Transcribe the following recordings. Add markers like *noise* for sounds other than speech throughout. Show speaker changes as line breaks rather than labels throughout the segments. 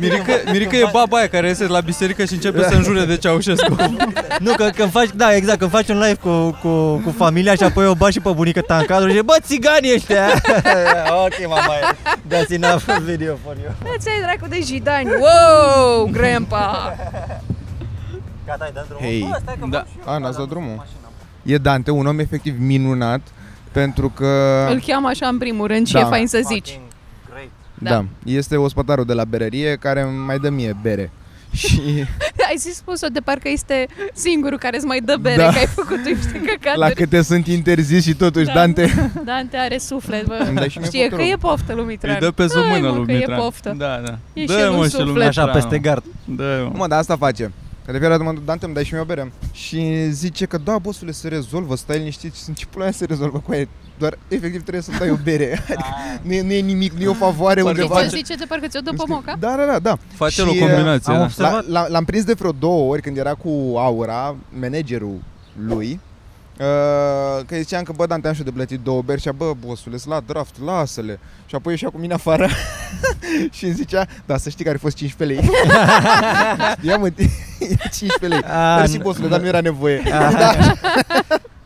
Mirica, Mirica e baba aia care iese la biserică și începe să înjure de Ceaușescu.
Nu, că când faci, da, exact, când faci un live cu, cu, cu familia și apoi o bagi și pe bunică ta în cadru și bă, țiganii ăștia! *laughs* ok, mama, that's enough video for you.
Ți-ai dracu de jidani. Wow, grandpa!
Gata, ai dat drumul?
Hei.
Bă, stai că
Da.
fac și eu.
Ana,
Da,
ați
da,
dat drumul?
mașina.
E Dante, un om efectiv minunat, pentru că...
Îl cheamă așa în primul rând și
Da.
e fain să zici.
Fucking great.
da. Este ospătarul de la berărie care îmi mai dă mie bere. *laughs* Și
Ai zis spus-o de parcă este singurul care îți mai dă bere,
Da.
că ai făcut tu niște
la
căcaturi.
câte sunt interzis și totuși,
Da.
Dante... *laughs*
Dante are suflet, bă.
Îmi dai și mie
Știe că
copterul.
e poftă lui Mitran.
Îi dă pe sub
Hai,
mână
mă,
lui
că e
Mitran.
poftă.
Da, da.
E
Dă-i,
și el
mă,
în
și lui
suflet.
Mitran,
Așa, peste gard.
Dă-i, mă.
Mă, dar asta face. Că de fiecare dată mă duc, Dante, îmi dai și mie o bere. Și zice că da, bosule, se rezolvă, stai liniștit. Și sunt ce pula mea se rezolvă cu aia. Doar efectiv trebuie să dai o bere. *laughs* Adică
Ah.
nu, e, nu e nimic, nu e o favoare
Parcă
undeva.
face-
Ce zice de parcă ți-o dă
Nu
pe
știu.
moca?
Da, da, da, da.
Face el
Și,
o combinație.
uh, am
da.
observat-
La, la, l-am prins de vreo două ori când era cu Aura, managerul lui, Uh, că ziceam că bă, Dante, am și eu de plătit două beri și a, bă, bossule, sunt la draft, lasă-le Și apoi ieșea cu mine afară *laughs* și îmi zicea, da, să știi că ar fi fost 15
*laughs*
lei Știam în *laughs* 15 lei
A,
Mersi,
n-
bossule, dar nu era nevoie *laughs*
A,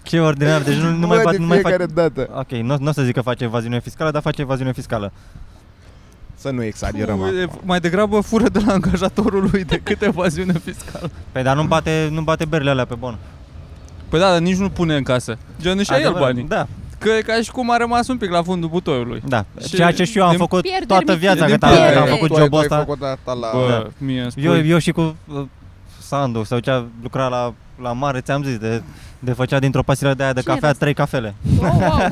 Ce ordinar, deci Ah, nu, nu mai,
Bă,
bat,
de
nu mai fac...
fiecare dată
Ok, nu, nu o să zic că face evaziune fiscală, dar face evaziune fiscală.
Să nu exagerăm
Cu- e-
acum.
Mai degrabă fură de la angajatorul lui decât evaziune fiscală.
Păi dar nu bate, nu bate berile alea pe bon.
Păi da, dar nici nu pune în casă. Gen își ia el
Adevărat,
banii.
Da,
Că e ca și cum a rămas un pic la fundul butoiului.
da.
Și
Ceea ce și eu am
din
făcut
pierderi
toată
mici.
viața, că
Din
ta- că
pierderi.
am făcut
Tu ai- tu
jobul
ai
ăsta.
făcut asta la...
Bă, mie îmi spui.
Eu, eu și cu uh, Sandu, sau cea lucra la, la mare, ți-am zis, de, de făcea dintr-o pastilă de aia de
Cine
cafea
era?
trei cafele.
Wow, Oh, wow.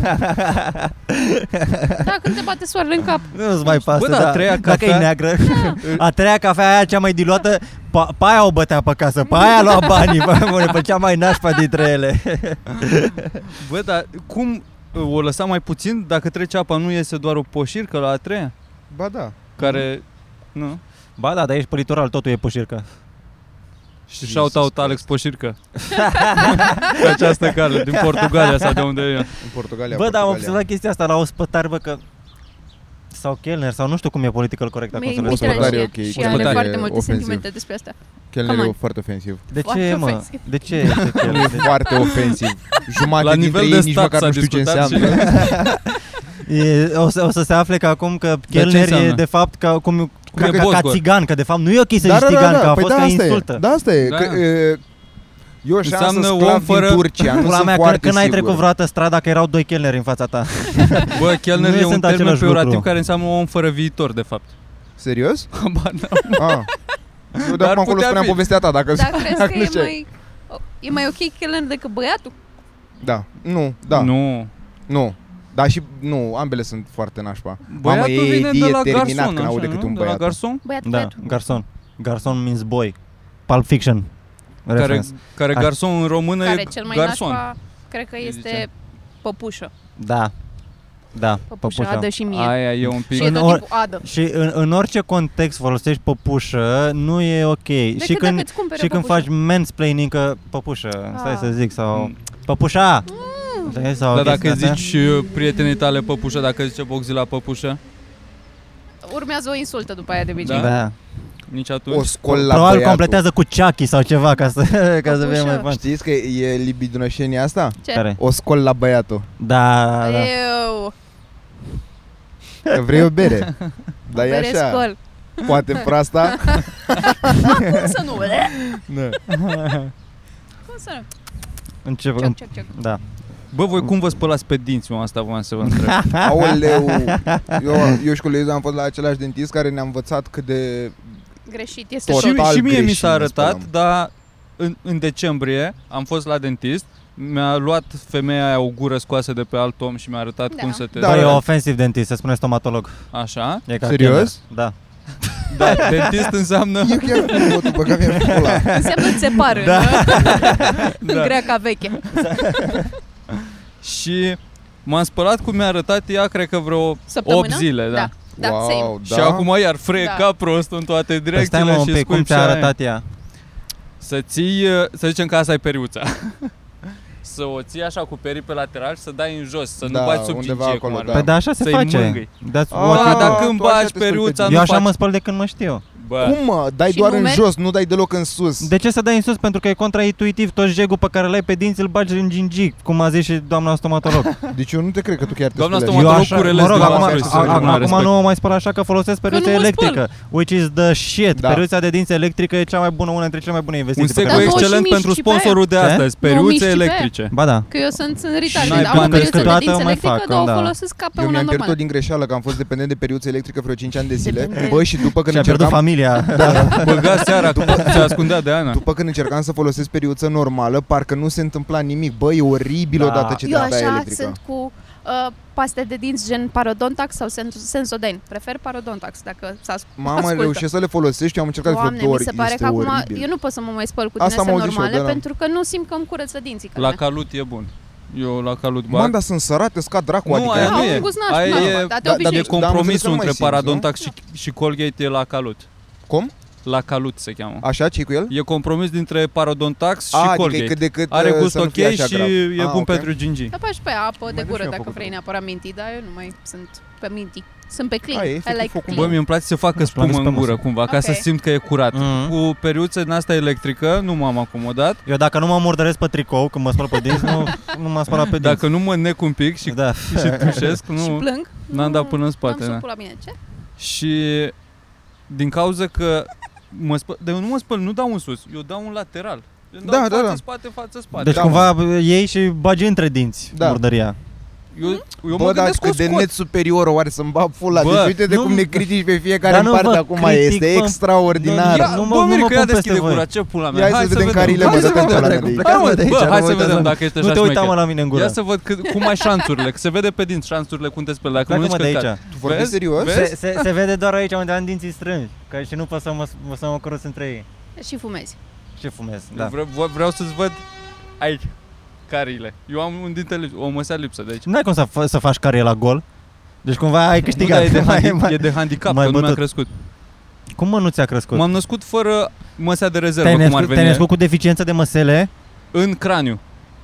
Da, când te bate soarele în cap.
Nu-ți mai pasă,
Bă, da, a treia
dacă
cafea-
e *laughs* neagră. A treia cafea aia cea mai diluată, pa, pe aia o bătea pe casă, pe aia lua banii, pe, mă, pe cea mai nașpa dintre ele.
Bă, dar cum o lăsa mai puțin dacă trece apa nu iese doar o poșircă la a treia?
Ba da
Care...
Mm-hmm.
Nu?
*laughs* Ba da, dar ești pe litoral, totul e pușircă.
Și shout out Alex Poșircă Pe această cale
*laughs*
Din Portugalia sau de unde e
În Portugalia
Bă, dar am
Portugalia.
observat chestia asta la ospătar, bă, că sau chelner, sau nu știu cum e political corect acum.
Mi-e
să le
Mitran
spun.
Mitran
Ospătare,
și, okay.
ok.
și
Ospătare
are foarte multe
ofensiv.
sentimente despre asta.
Chelnerul
Come
e foarte ofensiv
De
Foarte
ce, mă?
ofensiv.
De ce *laughs* este
Nu e
chelner?
*laughs* foarte ofensiv. Jumate
La
dintre
nivel
ei
de
nici
stat
măcar
s-a
nu știu ce
discutat și-
înseamnă.
E, o, să, o să se afle că acum că
ce
Kellner e
înseamnă?
de fapt ca, cum, cum
Cred că
e ca, ca
Boscor.
țigan, că de fapt nu e ok să zici țigan, că a
păi
fost ca
asta
insultă.
E, da, asta e.
Da.
Că, e eu și am
Înseamnă
să
om
sclav
fără-
din Turcia, nu
Pula
sunt
mea,
foarte
când, când ai
sigur.
trecut vreodată strada că erau doi chelneri în fața ta.
*laughs*
Bă, Kellner
Nu
e un
sunt
termen
același
peorativ
lucru.
Care înseamnă om fără viitor de
*laughs*
fapt
*laughs*
Serios?
Habar n-am.
Ah. Eu de
Dar
acum acolo
putea
spuneam
fi.
povestea ta, dacă...
Dar
*laughs*
crezi
dacă
că
nu
e
știai.
mai, e mai ok Kellen decât băiatul?
Da, nu, da, nu.
Nu
nu. Da, și nu, ambele sunt foarte nașpa. Mamă,
Băiatul
e,
vine
e
de la
terminat
garson
când aude
așa,
câte
nu?
un
De la
băiat.
garson
Băiatul,
da,
băiatul.
garson. Garson means boy. Pulp Fiction.
care,
Reference.
care
Așa.
garson în română
Care
e
cel mai
garson
nașpa, cred că
Îi
este
zice.
păpușă.
Da. Da,
Păpușă,
păpușa.
adă și mie.
Aia e un
Și
pic
e
În
tot
or-
timpul adă.
Și în, în orice context folosești păpușă, nu e ok. și
Decât
când,
dacă îți cumpere
și când
păpușă.
faci mansplaining că păpușă, stai
Ah.
să zic, sau
Mm.
păpușa!
Mm.
Știi? Sau
Dar dacă
chestia asta.
zici uh, prietenii tale păpușă Dacă zice Bogzi la păpușă
Urmează o insultă după aia de obicei.
Da.
da.
Nici
O
atunci
scol la
Probabil
băiatul.
completează cu Chucky sau ceva ca să, *laughs* ca să
Păpușă.
fie mai fun.
Știți că e libidinoșenia asta?
Ce?
Care?
O scol la băiatul.
Da, da, da.
Eu,
Că vrei o
*laughs*
bere. Dar e
bere
așa.
scol.
Poate proasta.
Cum să nu?
Da.
Cum să nu?
Încep,
Cioc, cioc, cioc.
da.
Bă, voi cum vă spălați pe dinți? Eu asta voiam să vă întreb
Aoleu, eu, eu și cu Luiza am fost la același dentist care ne-a învățat cât de...
Greșit, este
Tot.
*laughs*
tot.
și,
Total
și mie mi
greșit,
s-a
ne
arătat,
spălăm.
dar în, în decembrie am fost la dentist, mi-a luat femeia aia o gură scoasă de pe alt om și mi-a arătat
Da.
cum să te...
Da,
da e
da.
ofensiv dentist, se spune stomatolog.
Așa.
E ca
Serios?
tânăr. Da.
Da, dentist înseamnă...
Eu chiar nu pot băga mi pula.
Înseamnă țepară
Da.
da. în
Da.
greaca veche.
Și m-am spălat cum mi-a arătat ea, cred că vreo
Săptămână?
8 zile, da.
Da, da
wow,
same.
da?
Și acum iar freie
Da.
ca prost în toate
Păi stai
direcțiile
mă un
și
pic, cum
scuip
ți-a
și aia.
arătat ea?
Să ții, uh, să zicem că asta e periuța. *laughs* să o ții așa cu perii pe lateral și să dai în jos, să
Da,
nu bați sub
undeva
gingie
acolo,
cum ar
da.
Păi
fi.
da, așa se
Să-i
face.
mângâi.
That's
Ah,
what
Ba,
you
dar
tu
când
așa
baci
te spui pe
periuța,
gingie.
nu
Eu așa
faci...
mă spăl de când mă știu.
Bă,
Cum mă? Dai
Și
doar în
numeri?
jos, nu dai deloc în sus.
De ce să dai în sus? Pentru că e contraintuitiv. Tot jegul pe care l-ai pe dinți îl bagi în gingic, cum a zis și doamna
*laughs*
stomatolog.
Deci eu nu te cred că tu chiar te
Doamna
spui
stomatolog-
așa.
Eu așa- curelez
mă rog,
de
acum,
oameni care se
acum,
rămână
acum
respect.
nu o mai spăl așa că folosesc
nu
periuța
mă spăl.
electrică, which is the shit.
Da.
Periuța de dinți electrică e cea mai bună, una dintre cele mai bune
un
investiții. pe
seco
Dar
care le
nu o și
excelent
mișci
pentru
și pe aia.
sponsorul de
Ce?
astăzi,
Nu o mișci
periuțe
și pe aia.
electrice.
Ba da.
Că eu sunt în
n-ai
retard. Am
bani.
o periuță de
Câteodată
dinți
o mai
electrică,
fac,
dar o
da.
folosesc ca pe
Eu
una
mi-am pierdut
normală.
din greșeală că am fost dependent de periuțe electrică vreo 5 ani de zile. Bă, și după când
Și a
da?
pierdut
încercam
familia. *laughs*
Băga seara, se ascundea de Ana.
după când încercam să folosesc periuță normală, parcă nu se întâmpla nimic. Bă, e oribil
Da.
odată ce te
Eu
dai
așa
electrică.
sunt cu uh, paste de dinți gen parodontax sau sen- sensodain. Prefer parodontax dacă s-a
Mama,
ascultă.
reușesc să le folosesc eu am încercat
Doamne,
vreo două ori.
mi se pare
este
că acum
oribil.
eu nu pot să mă mai spăl cu
Asta
dinese
m-au zis și eu,
normale
da, da.
pentru că nu simt că îmi curăță dinții. că
La
mea.
calut e bun. Eu la calut bag.
Man, dar sunt sărate, scad dracu,
Nu,
adică...
aia
Da,
nu
un
e.
gust nașpa,
Aia
da,
e,
dar de obicei.
da, de
Dar am înțeles că
compromisul
nu mai
între
simți,
Parodontax și, și Colgate e la calut.
Cum?
La calut se cheamă.
Așa, ce cu el?
E compromis dintre Parodontax și
A, adică e
Colgate.
cât de cât
Are
uh,
gust
să nu
ok
fie așa
și
grav.
e
Ah,
bun
ok.
pentru gingii.
Da, faci pe apă de
Mai
gură
dă și eu
dacă
apă
vrei
cu
neapărat mintii, dar eu nu mai sunt pe mintii. Sunt pe clean.
Da, e
I
efectiv
like
făcut.
Bă,
clean.
mi-e îmi place să facă
place
spumă
pe
în gură
masă.
cumva, ca să
Mm. Ok.
simt că e curat.
Mhm.
Cu periuță din asta electrică nu m-am acomodat.
Eu dacă nu mă murdăresc pe tricou când mă spăl pe dinți, nu, nu m-am spălat pe dinți.
Dacă nu mă nec un pic și,
da.
*laughs* și
*laughs*
tușesc,
Și
nu,
plâng.
n-am dat până în
Am
spate. da.
supul la mine. Ce?
Și din cauza că mă spăl, dar eu nu mă spăl, nu dau un sus, eu dau un lateral. Eu dau
Da, da,
față,
da.
spate, față, spate.
Deci
Da,
cumva iei și bagi între dinți
Da.
murdăria.
eu, eu mă
Bă, dar
gândesc că o
cât de
scot.
net superior o are să-mi bag fula.
Bă,
Deci uite de
nu-
cum ne critici pe fiecare
Dar
în
nu
parte
vă
acum.
critic,
Este
bă.
extraordinar.
Nu,
Ia,
nu mă-
bă,
nu
Mirica,
mă
ia
pun peste
deschide
voi.
gura, ce pula mea.
Ia hai să vedem care-i
Hai
lemă,
să
dă pe
vedem.
pula
de
mea
aici.
de
Hai,
aici.
mă,
Plecați-vă de aici,
Bă,
nu
hai
vă
să
uitați
vedem
la-
dacă ești
Nu
așa
te uita mă
șmecher.
la mine în
Ia
gură.
să văd cât, cum ai șanțurile, că se vede pe dinți șanțurile cum te speli, dacă
Pleacă
nu
mă de aici.
Tu vorbești
Vezi?
serios?
Vezi?
Se, se, se vede doar aici unde am dinții strângi, că și nu pot să mă, să mă cruț între ei.
Și fumezi.
Ce fumez, da.
Da. Vreau, vreau să-ți văd aici carile. Eu am un dinte lips, o măsea lipsă de aici.
Nu ai cum să, fa- să faci carie la gol. Deci cumva ai
Nu, dar
câștigat.
e, de
*laughs* Mai-
handi-
mai-
e de handicap,
mai
că nu mi-a
bătut.
crescut.
Cum mă nu ți-a crescut?
M-am născut fără măsea de
te-ai,
rezervă, cum ar
născut, te-ai
veni.
născut cu deficiență de măsele?
În craniu.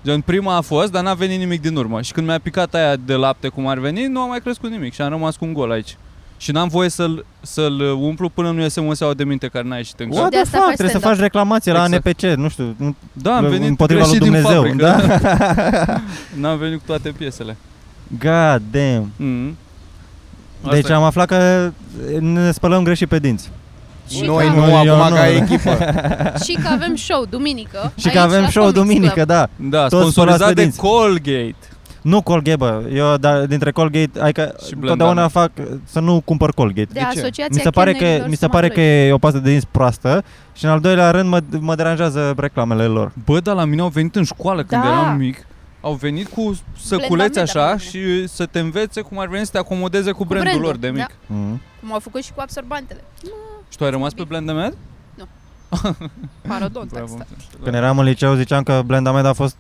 Gen, prima a fost, dar n-a venit nimic din urmă. Și când mi-a picat aia de lapte, cum ar veni, nu a mai crescut nimic și am rămas cu un gol aici. Și n-am voie să-l, să-l umplu până nu iese măseaua de minte care n-a ieșit încă.
What
De
the
asta
fuck?
faci
Trebuie să
stand-up.
faci reclamație la
Exact.
ANPC, nu știu. nu-
Da, am venit
împotriva lui
greșit
Dumnezeu,
din
da?
fabrică. *laughs* n-am venit cu toate piesele.
God damn.
Mm. Asta
Deci
e.
am aflat că ne spălăm greșit pe dinți.
Și da.
Noi
că,
nu,
Nu, eu
acum
nu.
ca echipă.
*laughs*
și că avem show duminică.
Și că
aici,
avem
la
show
Comics
duminică,
Club.
da.
Da,
Toți
sponsorizat
spălați pe
de
dinți.
Colgate.
Nu Colgate, bă. Eu dar, dintre Colgate, adică
Și Blendan.
totdeauna fac să nu cumpăr Colgate.
Da,
De,
ce?
asociația
Mi se pare că
chelnerilor
mi se pare că
stomatologi.
e o pastă de dinți proastă și în al doilea rând mă, mă deranjează reclamele lor.
Bă, dar la mine au venit în școală când
Da.
eram mic. Au venit cu săculeți
Blendamente,
așa
acolo.
și să te învețe cum ar veni să te acomodeze cu, brandul,
brandul,
lor de mic.
da.
Mm.
Cum au făcut și cu absorbantele.
Și tu ai rămas pe blendamed?
Parodontax. da.
Când eram în liceu ziceam că Blend Ahmed a fost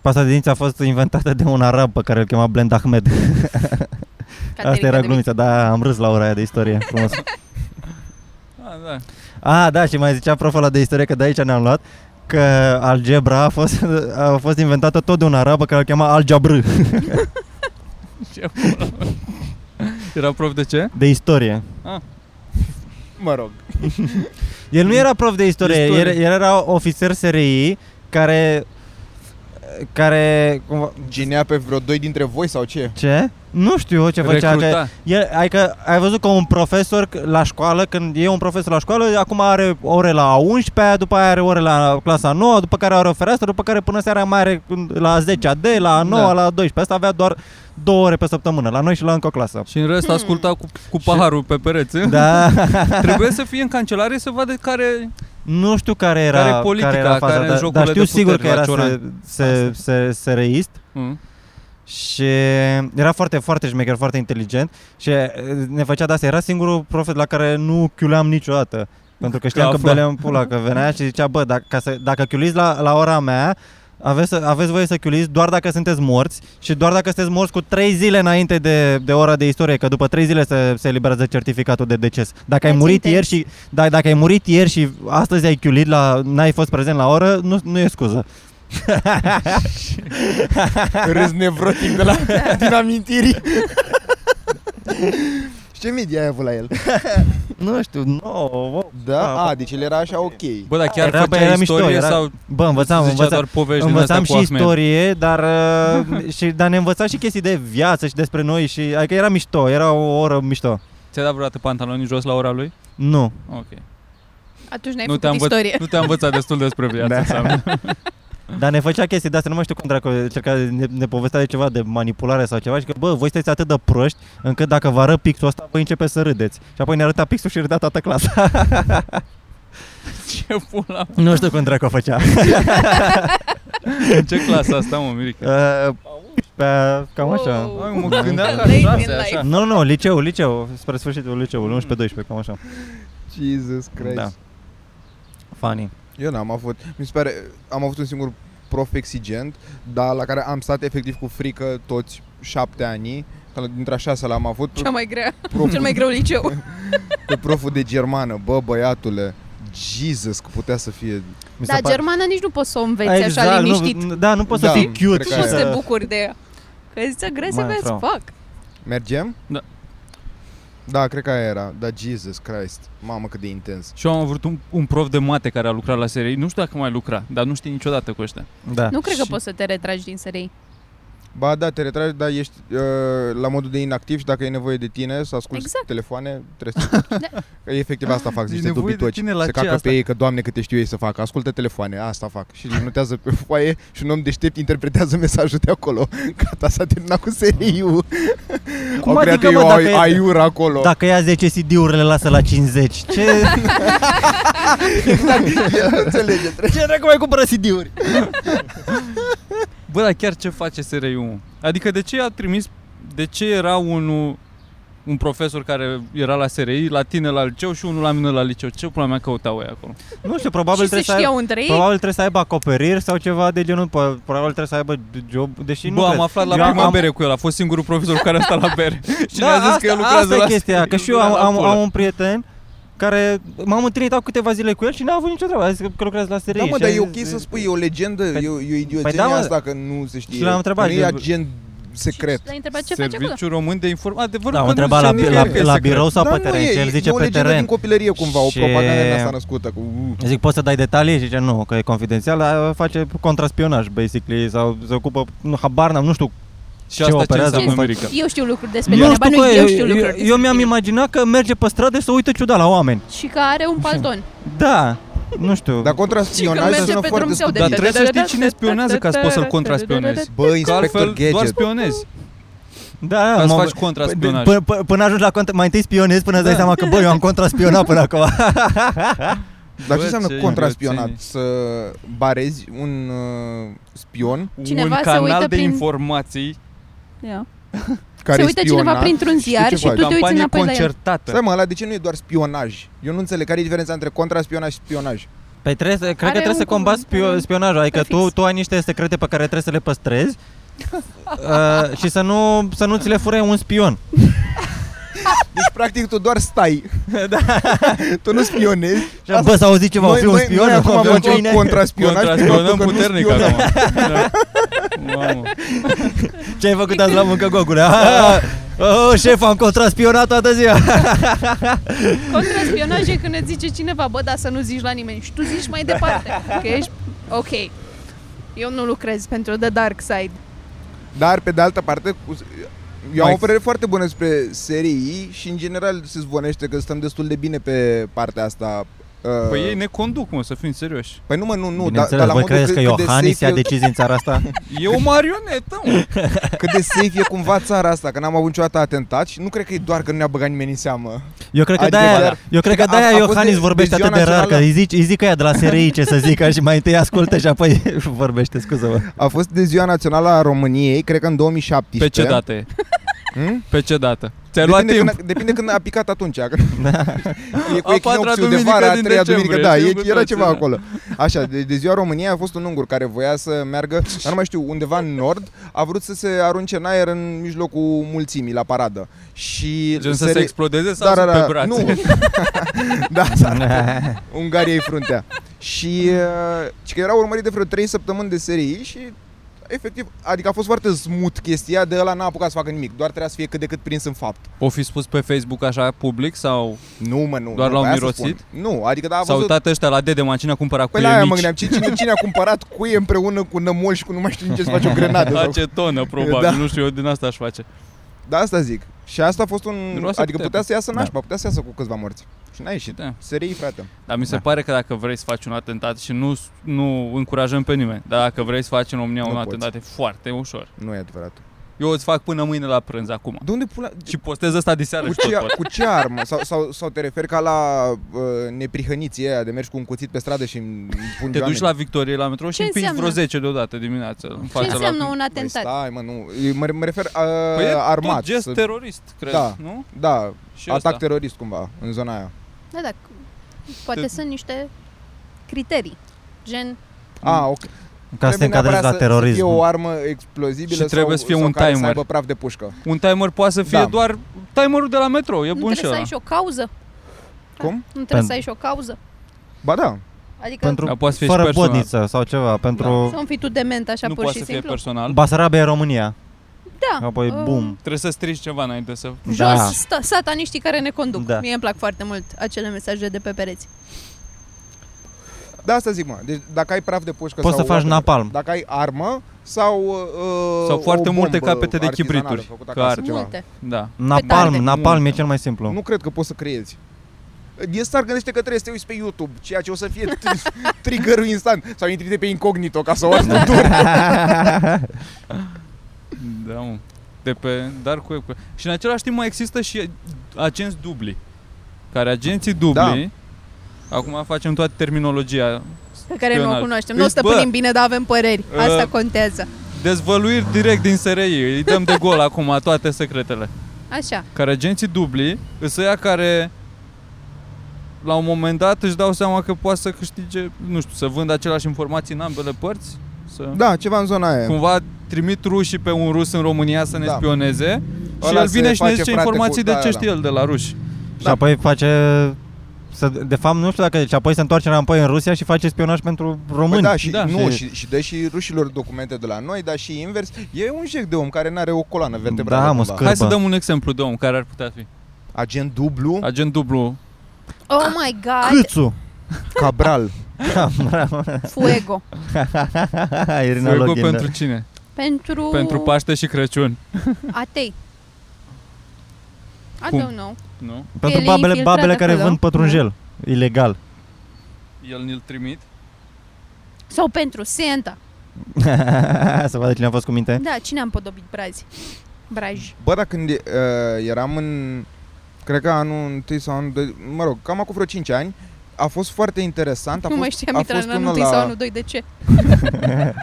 pasta de dinți a fost inventată de un arab pe care îl chema Blend Ahmed. Asta
Caterica
era
de mic.
glumița, da, am râs la ora aia de istorie, frumos.
Ah, da.
A, da, și mai zicea proful ăla de istorie că de aici ne-am luat că algebra a fost, a fost inventată tot de un arab pe care îl chema Algebr
Ce *laughs* pula mea. Era prof de ce?
*laughs*
Ah,
de istorie.
Mă rog.
El nu era prof de istorie,
Istorie.
El, el era ofițer SRI care care cumva,
Ginea pe vreo doi dintre voi
*laughs*
sau ce?
ce? Nu știu ce făcea că
Recruta.
El, adică ai văzut că un profesor c- la școală, când e un profesor la școală, acum are ore la 11 după aia are ore la clasa 9 după care are o fereastră, după care până seara mai are când- la 10 de la 9
Da.
la 12 Asta avea doar două ore pe săptămână, la noi și la încă o
*laughs*
clasă.
Și în rest
Hmm.
asculta cu, cu paharul pe pereți.
Da,
Trebuie să fie în cancelare să vadă care...
nu știu care era,
Care e politica,
care era faza,
care e
dar,
jocurile
dar știu
de
sigur că
putere la
era se,
Cioran.
se, se, sereist.
Mm.
Și era foarte, foarte șmecher, foarte inteligent și e, ne făcea de asta. Era singurul profet la care nu chiuleam niciodată. Pentru că știam
Că
că, că
afla.
băleam pula, că venea și zicea, bă, dacă, ca să, dacă chiuliți la, la ora mea, aveți, să- aveți voie să chiuliți doar dacă sunteți morți și doar dacă sunteți morți cu 3 zile înainte de, de ora de istorie, că după 3 zile se, se eliberează certificatul de deces. Dacă ai
That's
murit
intense.
ieri și da, dacă ai murit ieri și astăzi ai chiulit la n-ai fost prezent la oră, nu, nu e scuză.
Râs
*laughs*
nevrotic de la, din amintiri. *laughs* Și ce media ai avut la el?
Nu știu, no, wow.
Da?
Da,
A, deci el era așa ok.
Bă, dar chiar
Era-
era, făcea
era mișto,
istorie
era-
sau
Bă, învățam,
zicea
învățam,
doar povești din astea
învățam
cu
și
Ahmed?
istorie, dar, uh, și, dar ne învăța și chestii de viață și despre noi și, adică era mișto, era o oră mișto.
Ți-a dat vreodată pantalonii jos la ora lui?
Nu.
Ok.
Atunci n-ai
Nu
făcut
te-am,
istorie.
învăț- nu te-am învățat destul despre viață.
Da. *laughs*
Sam.
Dar ne făcea chestii de astea, nu mai știu cum dracu, cerca, ne, ne povestea de ceva de manipulare sau ceva și că, bă, voi sunteți atât de proști încât dacă vă arăt pixul ăsta, voi începe să râdeți. Și apoi ne arăta pixul și râdea toată clasa.
Ce pula?
*laughs* nu știu cum dracu făcea.
În ce clasă asta, mă, Mirica?
*laughs* Uh, pe, cam așa.
Wow.
Ai,
Da.
mă gândeam la
Late in
clase,
life.
așa.
Nu, nu, liceu, liceu, spre sfârșitul liceului, 11-12, cam așa.
Jesus Christ.
Da. Funny.
Eu n-am avut. Mi se pare, am avut un singur prof exigent, dar la care am stat efectiv cu frică toți șapte ani. că Dintre a șasea l-am avut
Cea mai grea,
proful,
cel mai greu liceu.
pe proful de germană. Bă, băiatule, Jesus, că putea să fie...
Mi se
Da,
Dar
pare-
germana nici nu poți să o înveți Păi așa
Exact,
liniștit. Nu
Nu, da, nu poți
Da,
să fii
cred
cute.
că
și
e.
poți să te
să...
bucuri de ea. Că zice grese
Mai,
vezi,
frau.
fac.
Mergem?
Da.
Da, cred că aia era. Da, Jesus Christ. Mamă, cât de intens.
Și eu am avut un, un prof de mate care a lucrat la SRI. Nu știu dacă mai lucra, dar nu știi niciodată cu ăștia.
Da.
Nu cred că
Și-
poți să te retragi din sărei.
Ba da, te retragi, dar ești uh, la modul de inactiv și dacă e nevoie de tine să asculti
Exact.
telefoane, trebuie să Că efectiv asta fac,
E
niște
nevoie de
dobitoci.
tine la
se
ce
cacă
asta?
pe ei că, doamne, câte știu ei să facă. Ascultă telefoane, asta fac. Și îi notează pe foaie și un om deștept interpretează mesajul de acolo. *laughs* Gata, s-a terminat cu seriul.
Cum
Au creat
adică,
ei
mă,
o
dacă e-
aiură acolo. *laughs*
Dacă ia 10 CD-urile, lasă la 50. Ce,
*laughs*
Exact. El nu înțelege. Trebuie. Da,
ce dracu mai cumpără CD-uri?
Bă, dar chiar ce face SRI-ul? Adică de ce a trimis, de ce era unul, un profesor care era la SRI, la tine la liceu și unul la mine la liceu? Ce pula mea căutau ei acolo?
Nu știu, probabil
și se
trebuie să aibă,
știau între ei.
probabil trebuie să aibă acoperiri sau ceva de genul, po- probabil trebuie să aibă job, deși nu
Bă, am
cred.
aflat la
Eu
prima
am-
bere cu el, a fost singurul profesor cu care a stat la bere. *laughs* și
da,
ne-a zis
asta,
că el lucrează
asta
la
e chestia, că și eu am,
lucrează la
am,
pulă.
am un prieten care m-am întâlnit acum câteva zile cu el și n-a avut nicio treabă, a zis că lucrează la SRI.
Da, mă,
și
dar
a
e ok
zis-
să spui, e o legendă, e o, e o idioțenie
da, mă.
asta că nu se știe.
Și l-am întrebat,
Că Nu e
gen-
agent secret.
Și L-ai întrebat ce face acolo.
Serviciul Român de Informație. Adevărul
Da, am
că nu
întrebat la,
știe
la,
nimeni.
la birou sau
Dar
pe
Da, nu
teren
e,
și el zice
e o
pe
legendă
teren.
din copilărie cumva, o
Și-
propagandă din asta născută. Cu,
Mm.
uh.
Zic, poți să dai detalii? Și zice, nu, că e confidențial, dar face contraspionaj, basically, sau se ocupă, nu, habar n-am, nu știu.
Și
ce
asta ce
operează
înseamnă
în
America?
Eu știu lucruri despre
Nu
tine,
știu,
ba
că
nu eu știu lucruri
eu,
despre
eu mi-am
tine.
imaginat că merge pe stradă și se uită ciudat la oameni.
Și că are un palton.
Da, nu știu.
Și
Dar
că
contraspionaj
merge
sună
pe
foarte
drum sau de-
Dar trebuie să știi cine spionează ca să poți să-l contraspionezi.
Bă,
Că
Inspector
altfel doar
Gadget.
spionezi.
da,
Ca să
mă-
faci contraspionaj.
Până, până, până ajungi la contra, mai întâi spionezi până îți dai
Da.
seama că bă, eu am contraspionat până
*laughs*
acum.
Dar
Bă,
ce
ce
înseamnă contraspionat?
idioțenie.
Să barezi un uh, spion
Cineva
un
se
canal
uită
de
prin-
informații
Ia.
care
Se uită
e
cineva
spionat?
printr-un
știi
ziar
ce
și
faci?
tu te uiți
campanie
înapoi la el.
concertată.
Stai mă, ăla de ce nu e doar spionaj? Eu nu înțeleg care e diferența între contraspionaj și spionaj.
Păi trebuie, să- cred
Are
că trebuie
un
să combați
cuvânt, are
spio,
un
spionajul, adică tu,
prefix.
tu ai niște secrete pe care trebuie să le
*laughs*
păstrezi uh, și să nu, să nu ți le fure un spion.
Deci practic tu doar
*laughs*
stai.
Da.
tu nu spionezi.
Și am, Bă, s-a auzit ceva, o fi un spion, *laughs*
noi acum
o fi
avem
un
un
cine?
contraspionaj. pentru
*laughs* Contraspionăm
că nu
puternic
spionăm.
acum. Da. Mamă.
Ce ai făcut azi la muncă, Gogule? *laughs* Ah, Oh, șef, am contraspionat toată ziua.
Contraspionaj e când îți zice cineva, bă,
da,
dar să nu zici la nimeni. Și tu zici mai departe,
*laughs*
că ești ok. Eu nu lucrez pentru The Dark Side.
Dar pe de altă parte, cu- eu am
Mai-
o părere foarte bună despre serii și în general se zvonește că stăm destul de bine pe partea asta. uh,
Păi ei ne conduc, mă, să fim serioși.
Păi nu mă, nu, nu, dar dar
Bineînțeles,
la
voi
modul
credeți că
cât de
Iohannis
safe
ia
e-
decizii în țara asta?
E o marionetă, mă.
*laughs* Cât de safe e cumva țara asta, că n-am avut niciodată atentat și nu cred că e doar că nu ne-a băgat nimeni în seamă.
*laughs* Eu cred că
Adică
de-aia,
chiar-
eu cred că
adică a-
de-aia
a fost
Iohannis
de-
vorbește
de
atât de
ziua
rar, că
națională.
îi zici, îi zic ăia de la
*laughs*
SRI ce să zică și mai întâi ascultă și apoi *laughs* vorbește, scuză-mă.
A fost de ziua națională a României, cred că în
Pe
2017.
ce dată e?
Hmm?
Pe ce dată? Ți-ai luat
Depinde,
timp.
când, depinde când a picat
*laughs*
atunci. că- e cu
A patra
echinocțiul de
duminică
vară, a
din
treia duminică,
decembrie,
da,
știu
e,
cu
era
toții,
ceva
da.
acolo. Așa, de, de ziua României a fost un ungur care voia să meargă, dar nu mai știu, undeva în nord, a vrut să se arunce în aer în mijlocul mulțimii la paradă. Și
Gen să se
se re- Da,
*laughs* explodeze sau da, da, da. pe brațe?
*laughs*
Nu. da, da. Ungaria e fruntea. Și uh, și că era urmărit de vreo 3 săptămâni de serii și efectiv, adică a fost foarte smut chestia de ăla n-a apucat să facă nimic, doar trebuia să fie cât de cât prins în fapt.
O fi spus pe Facebook așa public sau
Nu, mă, nu.
Doar
nu,
l-au
voia să
mirosit?
spun. Nu, adică da, a
s-au
văzut
uitat ăștia la de de mașina cumpăra cu
Păi la aia
mici.
mă gândeam, cine, cine, cine a cumpărat cuie împreună cu nămol și cu nu mai știu ce să face o grenadă.
*laughs*
Sau...
Face tonă, probabil,
Da.
nu știu, eu din asta aș face.
Da, asta zic. Și asta a fost un...
Miroase
adică
puternic.
putea să iasă nașpa, putea să iasă cu câțiva morți. Și n-a ieșit.
Da.
Serii, frate.
Dar mi se
Da.
pare că dacă vrei să faci un atentat și nu, nu încurajăm pe nimeni, dar dacă vrei să faci în România
Nu
un
poți.
atentat, e foarte ușor.
Nu e adevărat.
Eu îți fac până mâine la prânz acum.
De unde pula...
Și postez asta de seară
Cu
și tot,
ce,
pot.
cu ce armă? Sau, sau, sau te referi ca la uh, neprihăniții aia de mergi cu un cuțit pe stradă și îmi pun
Te duci
oameni?
la Victorie la metrou și
Ce
împingi vreo
înseamnă?
10 deodată dimineață. În
Ce
fața
înseamnă
la...
un
Păi
atentat?
stai, mă, nu. Mă, mă refer uh,
Păi e
armat.
tot gest
să-
terorist, cred,
Da.
nu?
da,
Și
atac
ăsta.
terorist cumva, în zona aia.
Da, da. Poate
Te-
sunt niște criterii. Gen,
Mm.
Ah, ok.
Ca să te
Trebuie
încadrezi
neapărat
la
să- Să
terorism.
fie o armă explozibilă
Și trebuie
sau,
să fie
sau
un
care să
timer.
aibă praf de pușcă.
Un timer poate să fie
Da.
doar timerul de la metrou, e
nu
bun
trebuie
și
să
ăla.
ai și o cauză.
Cum?
Nu trebuie să
Pentru-
ai și o cauză.
Ba da.
Adică
Pentru,
Dar poate să fie și Da.
fără
personal.
bodiță sau ceva, pentru
să nu fii tu dement așa
Nu
pur
poate
și
să fie
simplu.
personal.
Basarabia e România.
Ah.
da.
Apoi,
uh,
bum.
Trebuie să strici ceva înainte să...
Jos,
Da.
sta, sataniștii care ne conduc.
Da.
Mie îmi plac foarte mult acele mesaje de pe pereți.
Da, asta zic, mă. Deci dacă ai praf de pușcă
Poți
sau
să
da.
faci
whatever,
napalm.
Dacă ai armă sau uh,
Sau
o
foarte
bombă
multe capete de
artizanală
chibrituri,
făcută
că
acasă,
ar-
ceva.
Multe.
Da.
Napalm,
Petarde.
napalm e cel mai simplu.
Nu cred că poți să creezi. E star gândește că trebuie să te uiți pe YouTube, ceea ce o să fie t-
*laughs*
trigger-ul instant. Sau intri de pe incognito ca să o arzi tu dur.
Da, mă. De pe Dark Web. Și în același timp mai există și agenți dubli. Care agenții dubli... Acum facem toată terminologia.
Pe care nu o
Spionaj.
cunoaștem.
Păi
Deci,
Nu o
bă,
stăpânim bine, dar avem păreri.
Ă.
Asta
uh,
contează.
Dezvăluiri direct din SRI. Îi dăm de gol acum toate secretele.
Așa.
Care agenții dubli sunt ăia care la un moment dat își dau seama că poate să câștige, nu știu, să vândă aceleași informații în ambele părți. Să...
Da, ceva în zona aia.
Cumva trimit rușii pe un rus în România să ne
Da.
spioneze și
Ăla
el
se
vine și ne
face
zice
frate
informații
cu-
de
da,
ce
da.
știe el de la ruși.
Și
Da.
apoi face să, de fapt, nu știu dacă și apoi se întoarce înapoi în Rusia și face spionaj pentru
Păi
români.
da, și,
Da.
da. Nu,
Și-
și, și dă și rușilor documente de la noi, dar și invers. E un jec de om care n-are o coloană vertebrală.
Da, mă,
cumva.
scâr-
Hai să
Cârbă.
dăm un exemplu de om care ar putea fi.
Agent dublu,
Agent dublu.
Oh my god,
Câțu!
cabral.
*laughs*
*laughs*
fuego.
Irina
Fuego
Loghin.
pentru cine?
Pentru,
Pentru Paște și Crăciun.
atei. I
Cum?
don't know.
Nu?
pentru
el e
babele,
infiltrat
babele care
acolo. Da.
vând pătrunjel. Ilegal. *laughs*
El ne-l trimit.
Sau pentru Santa.
să vadă cine a fost cu minte.
Da, cine a împodobit brazi? Braj.
Bă, dar când uh, eram în, cred că anul întâi sau anul doi, mă rog, cam acum vreo 5 ani, a fost foarte interesant. A
Nu
fost,
mai știam
a
intra
fost
în anul
până
1
la-
sau anul 2, de ce?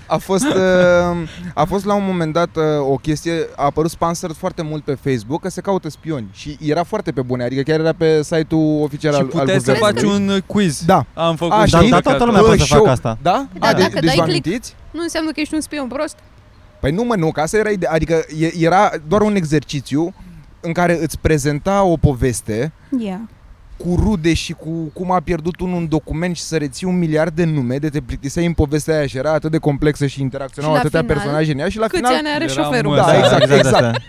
A fost, uh, a fost la un moment dat uh, o chestie, a apărut sponsored foarte mult pe Facebook, că se caută spioni și era foarte pe bune, adică chiar era pe site-ul oficial
și
al, al
puteai să
guvernului.
faci un uh, quiz.
Da.
Am făcut
A,
și
știi? Păi
eu
Dar
pe
toată
asta.
lumea
Bă,
poate să
show.
facă asta.
Da?
Da,
a,
dacă dai
de, deci vă
click.
amintiți?
Nu înseamnă că ești un spion prost.
Păi nu mă, nu, că asta era ide- adică e, era doar un exercițiu în care îți prezenta o poveste
Yeah.
cu rude și cu cum a pierdut unul un document și să reții un miliard de nume, de te plictiseai în povestea aia și era atât de complexă și interacționau
Și la
atâtea
final,
personaje în ea și la
Câți
final...
ani are
Era
șoferul?
mă- Da,
exact, exact.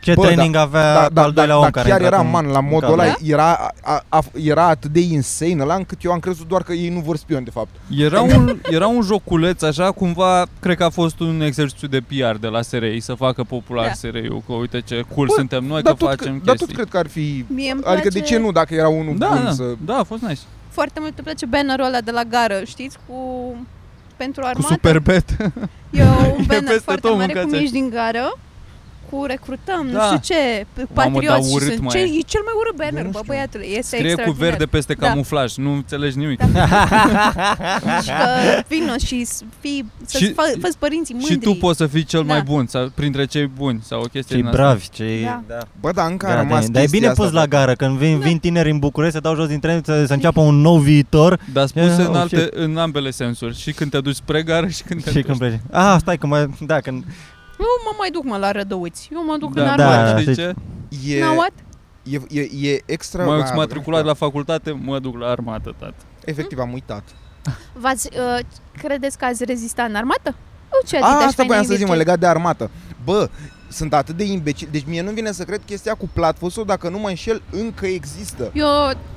Ce
Bă,
training avea
Da, da,
al
da,
doilea
da,
om care a
chiar
intrat
era
în-
man la
în
modul
cadru.
ăla,
Da?
era, a, a, era atât de insane ăla încât eu am crezut doar că ei nu vor spioni de fapt.
Era un, era un joculeț așa, cumva, cred că a fost un exercițiu de PR de la SRI, să facă popular
Da.
SRI-ul, că uite ce cool
Bă,
suntem noi,
dar
că
tot,
facem
cre- dar tot
chestii.
cred că ar fi...
Mie îmi place
Adică de ce nu dacă era unul
da,
bun
da,
să...
da, a fost nice.
foarte mult îmi place bannerul ăla de la gară, știți? Cu pentru
Cu
armată.
superbet.
E
*laughs*
un banner
peste
foarte
tot,
mare cu
mâncați-l.
mici din gară cu recrutăm,
Da.
nu știu ce,
Mamă, dar
patrioți. și
urât
sunt-
mai
ce,
e.
e cel mai urât banner,
nu
bă,
știu.
băiatule. Este
Scrie cu
extraordinar.
verde peste
Da.
camuflaj, nu înțelegi nimic.
Și că vino Deci, și s- fii, să
Și-
și, fă, fă părinții mândri.
Și tu poți să fii cel
Da.
mai bun, sau printre cei buni, sau o chestie
Cei
din asta.
bravi, cei...
Da.
Bă, dar încă a
Da,
rămas
da, dar e
chestia
bine
asta,
pus la
bă.
gară, când vin, vin tineri în București, se dau jos din tren, să, să înceapă un nou viitor
Dar spuse
Yeah,
în,
oh,
alte, în ambele sensuri, și când te duci spre gară și când te
și
duci.
când pleci. Ah, stai că mai... Da, când...
Eu mă mai duc, mă, la rădăuți. Eu mă duc în
da,
armată.
armată.
da, știi
Da,
ce?
E,
Now what?
E, e, e extra...
M-am
da,
matriculat
da.
la facultate, mă duc la armată, tată.
Efectiv, am uitat.
V-ați, uh, credeți că ați rezistat în armată?
Eu ce
A,
adică aș
asta
veni
voiam să zic, mă,
virgin.
legat de armată. Bă, sunt atât de imbecil. Deci mie nu vine să cred chestia cu platfusul, dacă nu mă înșel, încă există.
Eu,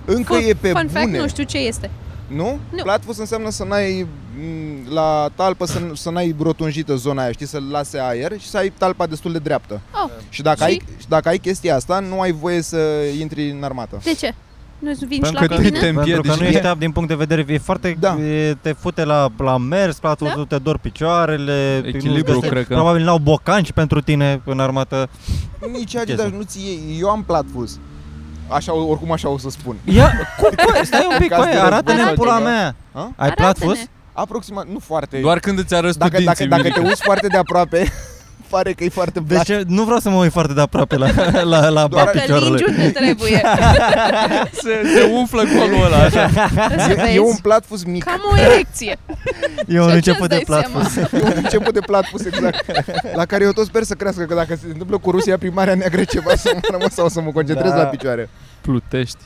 Încă
fun,
e pe
fun
bune.
fact, nu știu ce este.
Nu?
Nu.
Platfus înseamnă să n-ai m, la talpă să, n- să n-ai rotunjită zona aia, știi, să lase aer și să ai talpa destul de dreaptă.
Oh,
Și dacă,
Și?
ai, și dacă ai chestia asta, nu ai voie să intri în armată.
de ce? Nu-ți vin și
Pentru
la
că
bine?
Păi te
Pentru că nu
împiedici.
ești apt din punct de vedere, e foarte,
Da.
e, te fute la, la mers, platul da? te dor picioarele,
Echilibru,
nu-
cred că.
Probabil n-au bocanci pentru tine în armată.
Nici Adidas nu ți iei. Eu am platfus. Așa, oricum așa o să spun.
Ia, cum, cum, stai un pic,
Ca să
coaie,
te
arată-ne
răzbună,
pula
da.
mea.
A?
Ai platfus?
Aproximat, nu foarte.
Doar când îți arăți tu
Deci, dacă, dacă,
dinții,
dacă te
Mirica.
uiți foarte de aproape, *laughs* pare că e foarte
Deci
plat.
ce, nu vreau să mă uit foarte de aproape la, *laughs* la, la, la
Doar
Că lingi
picioarele.
unde
*laughs*
trebuie.
*laughs* se, se umflă colul ăla, așa.
*laughs*
Să
E, e un
vezi.
platfus mic.
Cam o erecție.
E un
Ce- ce-ți
început
dai
de platfus. *laughs*
seama?
E un început de platfus exact. La care eu tot sper să crească, că dacă se întâmplă cu Rusia primarea neagră ceva, să mă rămân sau să mă concentrez
Da.
la picioare.
Plutești.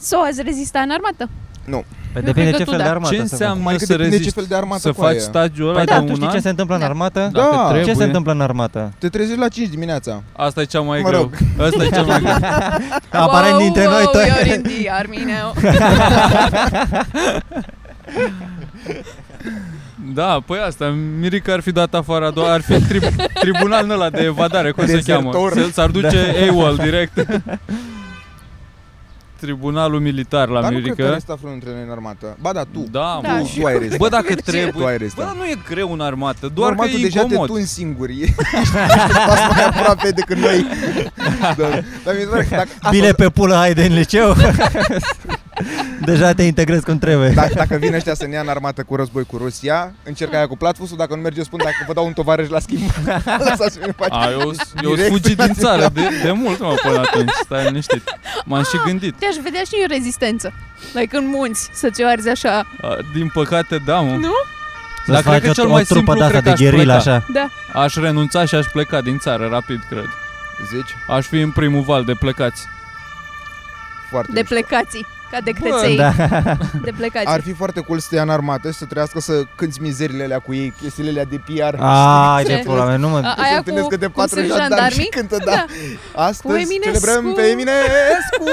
So, ați rezistat în armată?
Păi
Eu
depinde
cred
ce
că
fel
tu
de
da.
armată.
Ce
să faci.
înseamnă
Adică
să
depinde ce
rezisti?
fel de armată
Să
cu aia
faci
e.
stagiul ăla
Păi da,
de
tu
un
știi ce
an?
se întâmplă în
Da.
armată?
Da.
Dacă trebuie.
Ce se întâmplă în armată?
Te trezești la 5 dimineața.
Asta e cea mai
Mă
greu.
rog.
Asta e cea mai
*laughs*
greu.
Aparent
Wow,
dintre noi
wow,
toți.
you're in the army
*laughs*
now.
Da, păi asta, Mirica ar fi dat afară a doua, ar fi tri- tribunal ăla de evadare, cum se cheamă?
Dezertor.
Se- S-ar duce
Da.
AWOL direct. Tribunalul militar la
Dar nu cred că
Mirica.
resta vreunul dintre noi în armată. Ba da, tu.
Da,
Da,
mă.
și-
Tu ai restat.
Bă, dacă
Tu ai
trebuie. Bă,
restat.
dar nu e greu în armată, doar
Normal,
că
tu
e
deja
incomod.
te tuni singur. *laughs* Ești pas mai aproape decât
*laughs*
noi. Da. Dar mi se pare că dacă, asta-
Bine pe pulă, hai de în liceu. Deja te integrezi cum trebuie.
dacă, dacă vin ăștia să ne ia în armată cu război cu Rusia, încerc aia cu platfusul, dacă nu merge, eu spun dacă vă dau un tovarăș la
*laughs*
schimb. Lăsați-mi în pace.
A, eu, eu
Direct.
fugit din țară de, de mult, mă, până atunci, stai liniștit. M-am și gândit.
Te-aș vedea și eu rezistență. Like în munți, să-ți o arzi așa.
A, Din păcate, da, mă.
Nu?
Dar
Să-ți
cred
faci
că cel
o, o
mai
trupă
simplu,
de asta
cred că
de
aș
gherila
pleca.
așa.
Da.
Aș renunța și aș pleca din țară, rapid, cred.
Zici?
Aș fi în primul val de plecați.
Foarte
De
mișto.
plecații. Ca de
Bă,
creței.
Da.
*laughs* De plecații.
Ar fi foarte cool să te ia în armată și să trăiască să cânti mizerile alea cu ei, chestiile alea de PR.
da.
Ai
Ce?
de pula mea, nu mă...
A-
Că
aia
se
cu-
întâlnesc câte
cum
patru
sunt
jandarmi
jandarmii?
și cântă, da.
Cu
Astăzi
Eminescu.
celebrăm pe
*laughs*
Eminescu.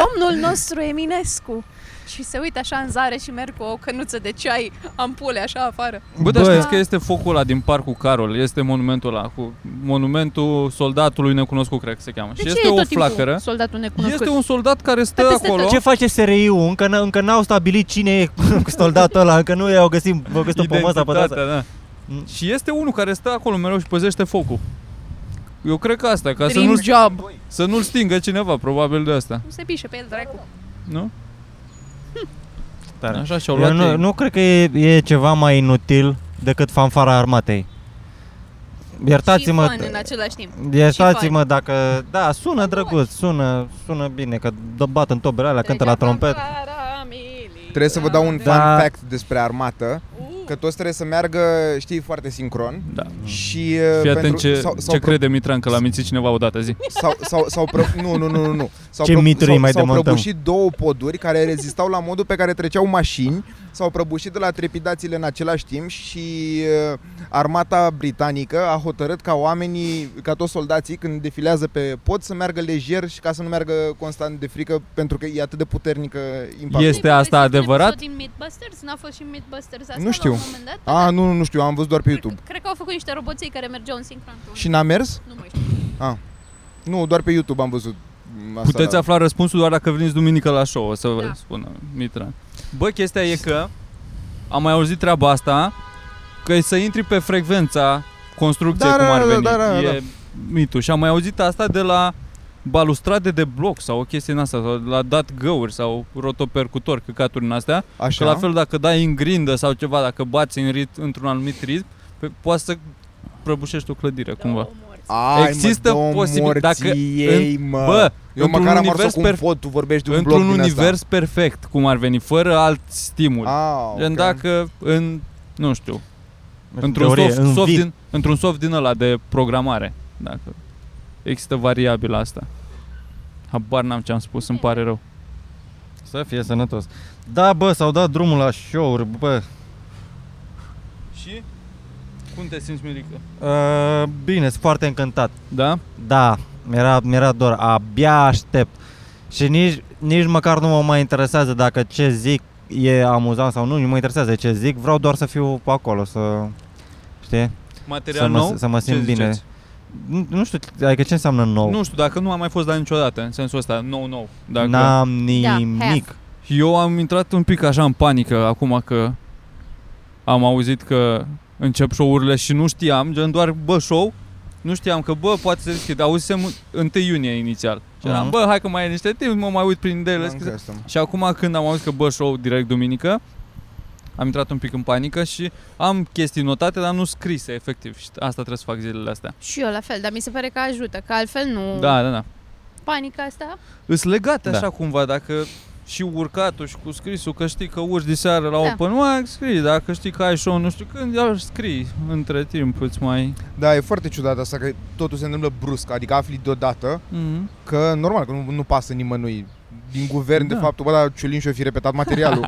Domnul nostru Eminescu. Și se uită așa în zare și merg cu o cănuță de ceai, ampule așa afară.
Bă, dar
Bă.
știți că este focul ăla din parcul Carol, este monumentul ăla, cu monumentul soldatului necunoscut, cred că se cheamă.
De
și
ce
este
e
o
tot timpul
flacără.
soldatul necunoscut?
Este un soldat care stă
Pe peste
acolo.
tot.
Ce face SRI-ul? Încă, n- încă n-au stabilit cine e soldatul ăla, încă nu i-au găsit, au găsit pe masa pe
Identitatea,
toată.
da.
Mm.
Și este unul care stă acolo mereu și păzește focul. Eu cred că asta, ca să
Dream
nu,
job.
să nu-l stingă cineva, probabil de asta,
Nu se pișe pe el, dracu.
nu?
Tare.
Așa și-au
Eu
luat
nu,
ei.
nu cred că e, e ceva mai inutil decât fanfara armatei.
și
Iertați-mă,
fun
da.
în același timp.
iertați-mă dacă... Da, sună drăguț, sună, sună bine, că dă bat în tobele alea,
Deci,
cântă la
Treceam
trompet.
da.
fanfara milii.
Trebuie să vă dau un
Da.
fun fact despre armată,
Uh.
că toți trebuie să meargă, știi, foarte sincron.
Da.
Și uh,
Fii atent ce,
sau, sau
ce
pro-
crede Mitran că l-a mințit cineva odată zi.
sau, sau, sau pro, nu, nu, nu, nu, nu. Sau
Ce mituri
sau,
mai
sau
demontăm.
prăbușit două poduri care rezistau la modul pe care treceau mașini, s-au prăbușit de la trepidațiile în același timp și uh, armata britanică a hotărât ca oamenii, ca toți soldații când defilează pe pod să meargă lejer și ca să nu meargă constant de frică pentru că e atât de puternică impactul.
Este asta adevărat?
Din Mythbusters? N-a fost și în Mythbusters asta
Nu
La
știu.
un moment dat?
A, nu, nu, nu știu, am văzut doar pe YouTube.
Cred, cred că au făcut niște roboței care mergeau în sincron. cu un-
Și n-a mers?
Nu mai știu.
Nu, doar pe YouTube am văzut. Asta da.
Puteți afla răspunsul doar dacă veniți duminică la show, o să vă
Da.
spun, Mitran. Bă, chestia e că am mai auzit treaba asta, că să intri pe frecvența construcției
Da,
cum
da,
ar
da,
veni.
da, da,
e mitul. Și am mai auzit asta de la balustrade de bloc sau o chestie în asta, sau de la dat găuri sau rotopercutor, căcaturi în astea.
Așa.
Că la fel dacă dai în grindă sau ceva, dacă bați în rit, într-un anumit ritm, pe, poate să prăbușești o clădire
Da.
cumva.
Ai,
Există
mă,
posibil- dacă
ei, mă.
Bă,
Eu
într-un
măcar am
univers
ars cu un
perfect-
pod, tu vorbești de un
Într-un
bloc din
univers perfect, cum ar veni, fără alt stimul.
Asta. Ah,
Gen
okay.
dacă în, nu știu, într-un
Teorie,
soft,
în
soft
vid.
din, într-un soft din ăla de programare, dacă există variabila asta. Habar n-am ce am spus, îmi pare rău.
Să fie sănătos. Da, bă, s-au dat drumul la show-uri, bă.
Și? Cum te simți, Mirica?
Uh, bine, sunt foarte încântat.
Da?
Da, mi-era, mi-era dor, abia aștept. Și nici, nici măcar nu mă mai interesează dacă ce zic e amuzant sau nu, nu mă interesează ce zic, vreau doar să fiu acolo, să... Știi?
Material
să, mă,
nou?
să mă simt
Ce
bine.
ziceți?
Nu, nu știu, adică ce înseamnă nou?
Nu știu, dacă nu am mai fost la niciodată, în sensul ăsta, nou, nou. Dacă...
N-am
Da,
nimic.
have.
Eu am intrat un pic așa în panică acum că am auzit că încep show-urile și nu știam, gen doar bă show, nu știam că bă poate se deschid. Auzisem 1 iunie inițial. Și eram,
Mhm.
bă, hai că mai e niște timp, mă mai uit prin de ele.
N-am
scris-
custom.
Și acum când am auzit că bă show direct duminică, am intrat un pic în panică și am chestii notate, dar nu scrise efectiv. Și asta trebuie să fac zilele astea.
Și eu la fel, dar mi se pare că ajută, că altfel nu...
Da, da, da.
Panica asta?
Îs legate
Da.
așa cumva, dacă și urcatul și cu scrisul, că știi că urci de seară la
Da.
open mic, scrii, dacă știi că ai show nu știu când, iar scrii între timp, îți mai...
Da, e foarte ciudat asta că totul se întâmplă brusc, adică afli deodată
Mm-hmm.
că normal că nu, nu pasă nimănui din guvern
Da.
de faptul, bă, dar Ciulin și-o fi repetat
*laughs*
materialul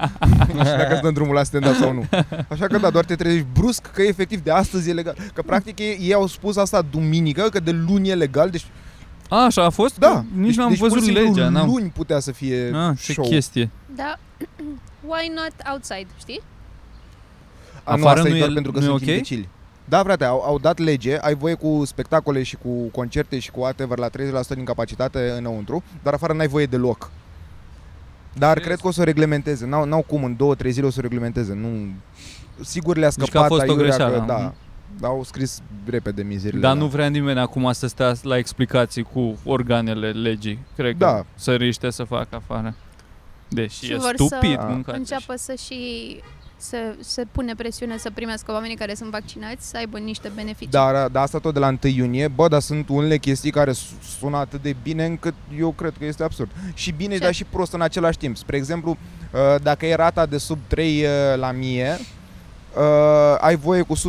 și dacă îți dăm drumul la stand-up sau nu. Așa că da, doar te trezești brusc că efectiv de astăzi e legal. Că practic ei, ei au spus asta duminică, că de luni e legal, deci
A, așa a fost?
da.
Nici
deci,
n-am
deci, pur și
văzut
simplu,
legea, n-am...
luni putea să fie
A, ce
show.
chestie.
Da. *clears throat* Why not outside, știi?
A, Ah, nu,
Afară
asta
nu
e
e-
doar pentru că
nu e
sunt
ok?
imbecili. Da, frate, au, au dat lege, ai voie cu spectacole și cu concerte și cu whatever la 30% din capacitate înăuntru, dar afară n-ai voie deloc. Dar
Serios?
cred că o să o reglementeze, n-au, n-au cum, în două, trei zile o să o reglementeze, nu... Sigur le-a
că a
scăpat
fost o
aiurea
greșeală,
Că, da,
mhm.
dar au scris repede mizerile.
Dar
da.
nu vrea nimeni acum să stea la explicații cu organele legii, cred că
Da.
să riște să facă afară. Deși
Și
e
vor să
stupid
Da.
mâncat.
Înceapă să și să se pune presiune să primească oamenii care sunt vaccinați să aibă niște beneficii.
Dar, dar asta tot de la 1 iunie, bă, dar sunt unele chestii care su- sună atât de bine încât eu cred că este absurd. Și bine,
Ce?
dar și prost în același timp. Spre exemplu, uh, dacă e rata de sub 3 uh, la 1000, uh, ai voie cu 100%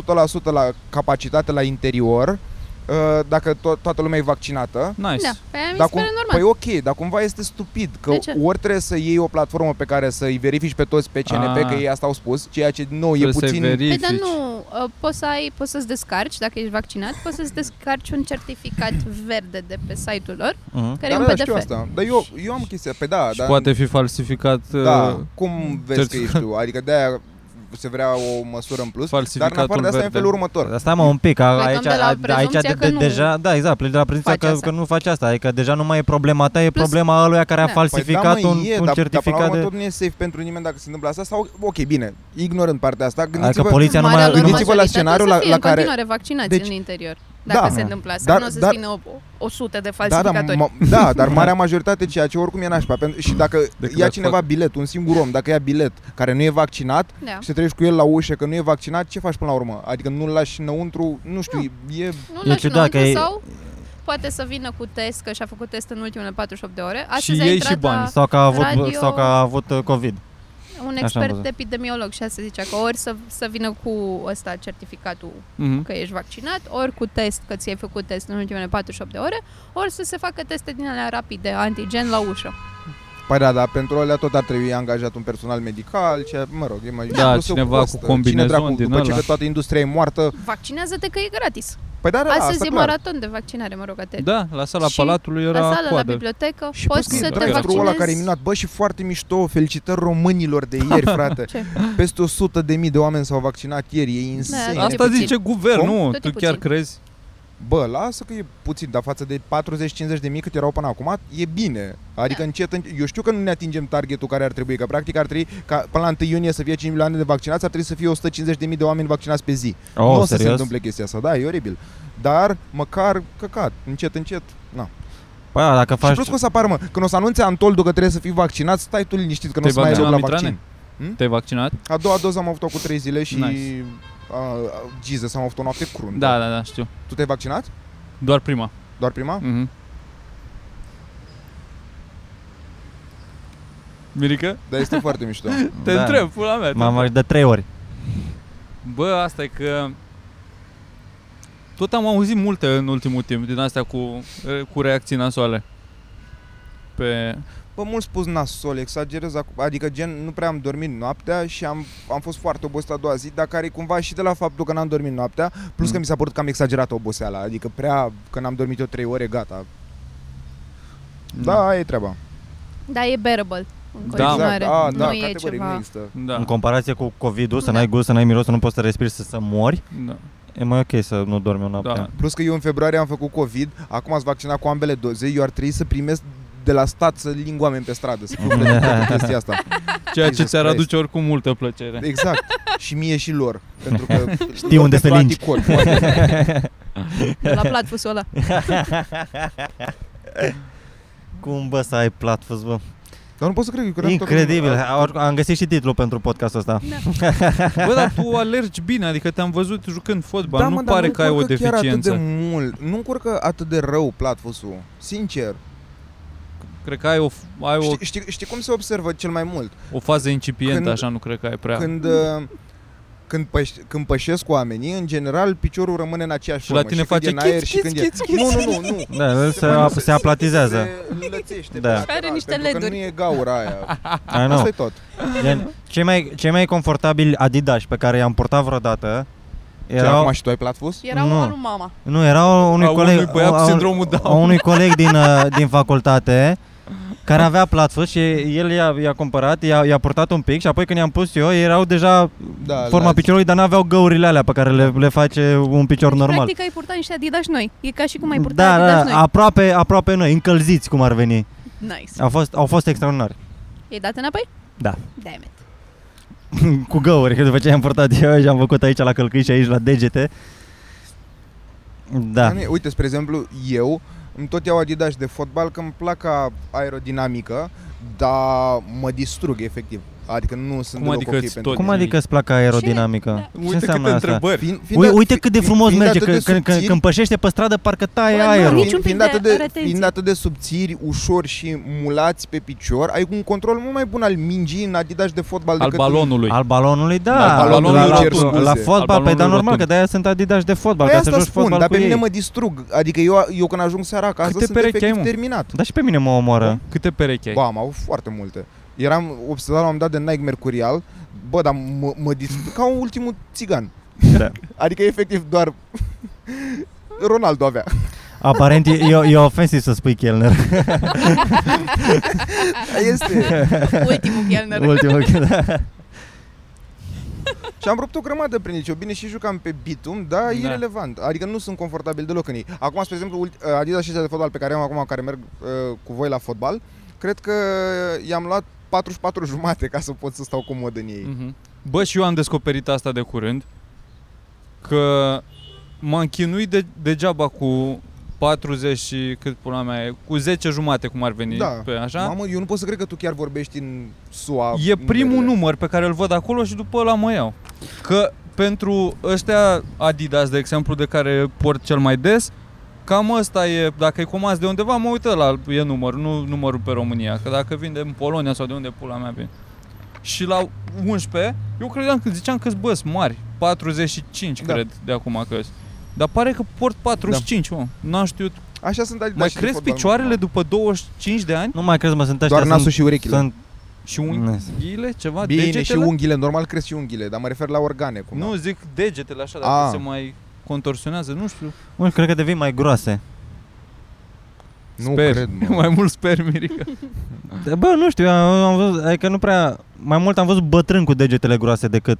la capacitate la interior, uh, dacă to- toată lumea e vaccinată.
Nice.
Da, pe aia mi
Dar
se
cum,
pare normal.
păi ok, dar cumva este stupid că
De ce?
ori trebuie să iei o platformă pe care să i verifici pe toți pe CNP,
Ah.
că ei asta au spus, ceea ce nou e
Trebuie să-i
puțin...
Păi
verifici.
dar nu, uh, poți să ai, poți să-ți descarci, dacă ești vaccinat, poți să-ți descarci un certificat verde de pe site-ul lor,
Mhm.
care
Da,
e un
da, știu
PDF.
asta. Dar eu, eu am chestia, pe da,
Și
dar
poate fi falsificat
Da,
uh,
cum vezi că ești tu? Adică de-aia se vrea o măsură în plus. Dar
falsificatul
în afară de asta e în
verde.
felul următor.
Dar stai mă un pic, a,
Plecăm
aici,
de la
a, aici
prezumția
de,
că
de,
nu
deja, da, exact, pleci de la prezumția
faci
că,
asta.
că, nu faci asta, adică deja nu mai e problema ta, e
Plus-
problema aluia care a
Da.
falsificat un,
Păi e,
un
dar,
certificat
dar, până la urmă,
de...
tot nu e safe pentru nimeni dacă se întâmplă asta. Sau, ok, bine, ignorând partea asta,
Adică
gândiți-vă...
poliția nu mai...
Marea lor
nu-
Gândiți-vă la
majoritate
scenariul
să
la-
fie
la
în
care-
continuare vaccinați
Deci-
în interior, dacă
Da,
se
da.
întâmplă asta.
Dar-
nu o să
dar-
vină o, o sută de
da,
falsificatori.
dar, ma- da, dar marea majoritate, ceea ce oricum e nașpa. Pentru, și dacă
Decât
ia
ar
cineva bilet, un singur om, dacă ia bilet care nu e vaccinat
Da.
și te treci cu el la ușă că nu e vaccinat, ce faci până la urmă? Adică nu-l lași înăuntru, nu știu, e...
Nu
E
lași
ciudat că
înăuntru
e-
sau poate să vină cu test, că și-a făcut test în ultimele 48 de ore. Astăzi
Și
a
ei
intrat
și bani.
la
Sau că a avut,
Radio-
sau că a avut uh, COVID.
un
am
expert
văzut.
epidemiolog și asta zicea că ori să, să vină cu ăsta certificatul
Mhm.
că ești vaccinat, ori cu test, că ți-ai făcut test în ultimele 48 de ore, ori să se facă teste din alea rapide, antigen la ușă.
Păi da, dar pentru alea tot ar trebui angajat un personal medical, ce, mă rog, e mai
Da,
plus o
cineva cu
costă.
combinezon
Cine dracu,
din
după ce
ăla.
că toată industria e moartă,
Vaccinează-te că e gratis.
Păi da, da, da,
Astăzi
asta
e
clar.
maraton de vaccinare, mă rog, atent.
Da, la sala
Și
Palatului era
la sală, la
coadă.
bibliotecă,
Și
poți
plus că
să
e
te
drive-thru Păi da, ăla care e
vaccinezi.
minunat. Bă, și foarte mișto, felicitări românilor de
*laughs*
ieri, frate.
Ce?
Peste 100 de mii de oameni s-au vaccinat ieri, e insane.
Da,
Da,
da.
Asta
puțin.
zice guvern,
Cum?
nu?
Tot e
Tu chiar
puțin.
crezi?
Bă, lasă că e puțin, dar față de 40-50 de mii cât erau până acum, e bine. Adică
Da.
încet, încet, eu știu că nu ne atingem targetul care ar trebui, că practic ar trebui, ca până la 1 iunie să fie 5 milioane de vaccinați, ar trebui să fie 150 de mii de oameni vaccinați pe zi.
Oh,
nu o să se întâmple chestia asta, da, e oribil. Dar măcar căcat, încet, încet, na.
Păi, da, dacă
Și
faci...
plus că o să apară, mă, când o să anunțe Antoldu că trebuie să fii vaccinat, stai tu liniștit că nu o
Te-ai
să mai ai loc la
vaccinat,
vaccin.
Mitrane? Te-ai vaccinat?
A doua doză am avut-o cu 3 zile și...
Nice.
Nice. Uh, Jesus, am avut o noapte cruntă.
Da, da, da, știu.
Tu te-ai vaccinat?
Doar prima.
Doar prima?
Mhm. Mirica?
Dar este
*laughs*
foarte mișto.
Te
Da.
întreb, pula mea. te
M-am
întreb.
de trei ori.
Bă, asta e că... Tot am auzit multe în ultimul timp din astea cu, cu reacții nasoale. pe...
Bă, mult spus nasol, exagerez acum. Adică gen, nu prea am dormit noaptea și am, am fost foarte obosit a doua zi, dar care e cumva și de la faptul că n-am dormit noaptea, plus că
Mm.
mi s-a părut că am exagerat oboseala, adică prea, că n-am dormit eu trei ore, gata.
Mm.
Da, aia e treaba.
Da, e bearable. În
Da.
continuare.
A, da,
nu e
categoric, nu
ceva.
există.
Da,
În comparație cu COVID-ul,
Da.
să n-ai gust, să n-ai miros, să nu poți să respiri, să, să mori,
da,
e mai ok să nu dormi o noapte.
da.
Plus că eu în februarie am făcut COVID, acum ați vaccinat cu ambele doze, eu ar trebui să primesc de la stat să ling oameni pe
*laughs*
stradă, să fiu de toată chestia asta.
Ceea ce
Jesus
ți-ar
Christ.
aduce oricum multă plăcere.
Exact. și mie și lor. Pentru că
*laughs* Știu unde să lingi. *laughs*
de la platfusul
*laughs*
ăla.
Cum bă să ai platfus, bă?
Dar nu pot să cred că eu credeam tot că-
Incredibil. Oricum, Am găsit și titlul pentru podcastul ăsta.
Da,
Bă, dar tu alergi bine, adică te-am văzut jucând fotbal,
Da,
nu
mă, dar
pare că ai o
încurcă chiar
deficiență.
atât de mult. Nu încurcă atât de rău platfusul. Sincer.
Cred că ai o, ai o,
Știi, știi, știi cum se observă cel mai mult?
o fază incipientă,
Când-
așa nu cred că ai prea.
Când... uh, Când, păș, când pășesc cu oamenii, în general, piciorul rămâne în aceeași
Și la
formă.
tine
și când
face
e în aer
chiț,
și când e... Nu, nu, nu, păi nu.
Da, se, se, se aplatizează.
Se înlățește.
Da. Ah,
Da.
Și
are niște
pentru că
LED-uri.
nu e
*laughs*
gaura aia.
I know.
Asta e tot.
Gen, cei, mai, cei mai confortabili Adidas pe care i-am purtat vreodată
Erau... Și
erau,
acum și tu ai platfus?
Era
Nu.
nu. al lui mama.
nu, erau unui
A unui
coleg,
băiat cu
a un-
sindromul Down.
a unui coleg din,
*laughs*
uh, din facultate care avea platfus și el i-a, i-a cumpărat, i-a, i-a purtat un pic și apoi când i-am pus eu, erau deja
Da,
forma
la-
piciorului, dar n-aveau găurile alea pe care le, le face un picior normal.
Deci, Practic ai purtat niște Adidas noi. E ca și cum ai purtat
Da,
Adidas
da,
noi.
aproape, aproape noi, încălziți cum ar veni.
Nice.
Au fost, au fost extraordinari.
E dat înapoi?
Da.
Damn it.
cu găuri, că după ce am purtat eu și am făcut aici la călcâi și aici la degete. Da.
Nu e- Uite, spre exemplu, eu îmi tot iau Adidas de fotbal că îmi plac ca aerodinamică, dar mă distrug efectiv. Adică nu
Cum
sunt deloc
adică
ok
îți
pentru
tot-
Cum adică îți plac aerodinamică? Ce,
Uite câte
înseamnă asta?
întrebări.
Fiind,
Ui,
a-
uite cât de
fi-
frumos
fiind
merge,
atât
că,
de
când, când,
subțiri-
când pășește pe stradă, parcă taie
Bă, nu,
aerul.
nici-
fiind-
un pic
fiind
de
atât de,
retenție.
fiind atât de subțiri, ușor și mulați pe picior, ai un control mult mai bun al mingii în Adidas de fotbal
Al
decât
balonului.
Al balonului, da.
Al balonului
la,
cer
la,
scuze.
la
Al
fotbal, pe
balonului
da, normal,
rotund.
că de-aia sunt adidași de fotbal,
Păi
ca să
asta
joci
spun,
fotbal
dar
cu
pe mine
ei.
mă distrug. Adică eu, eu când ajung seara acasă
Câte
sunt
perechi
efectiv
ai, mă?
terminat.
Dar și pe mine mă omoră.
Câte perechi ai?
Ba, am avut foarte multe. Eram obsedat la un moment dat de Nike Mercurial, bă, dar mă, mă distrug ca un ultimul țigan.
Da.
Adică efectiv doar *laughs* Ronaldo avea.
Aparent e, e, e ofensiv să spui Kellner.
Este.
Ultimul Kellner.
Ultimul. *laughs* da.
Și am rupt o grămadă prin liceu. Bine, și jucam pe bitum, dar da. e
Da.
irrelevant. Adică nu sunt confortabil deloc în ei. Acum, spre exemplu, ult- Adidas și de fotbal pe care am acum, care merg uh, cu voi la fotbal, cred că i-am luat 44 jumate ca să pot să stau comod în ei.
Mhm. Bă, și eu am descoperit asta de curând, că m-am chinuit de, degeaba cu 40 și cât pula mea e, cu 10 jumate cum ar veni,
Da.
pe așa.
Mamă, eu nu pot să cred că tu chiar vorbești în SUA.
E primul
numerele.
număr pe care îl văd acolo și după ăla mă iau. Că pentru ăștia Adidas, de exemplu, de care port cel mai des, cam ăsta e, dacă îi comand de undeva, mă uită la e numărul, nu numărul pe România, că dacă vinde în Polonia sau de unde pula mea vine. Și la 11, eu credeam că ziceam că băs mari, 45 da.
Da.
cred de acum că dar pare că port 45, da. mă. N-am știut.
Așa sunt Adidas
mai
și de
cresc
fotbal, mă.
picioarele după 25 de ani?
Nu mai crezi, mă, sunt ăștia.
Doar nasul
sunt,
și urechile.
sunt,
Și unghiile? Ceva?
Bine,
degetele?
și unghiile, normal cresc și unghiile, dar mă refer la organe. Cum
Nu, zic degetele așa, dacă
Ah.
A.
se mai contorsionează, nu știu.
mă, cred că devin mai groase.
nu
Sper.
cred, mă.
*laughs* mai mult sper, Mirica.
Da, Bă, nu știu, am, am văzut, adică nu prea, mai mult am văzut bătrân cu degetele groase decât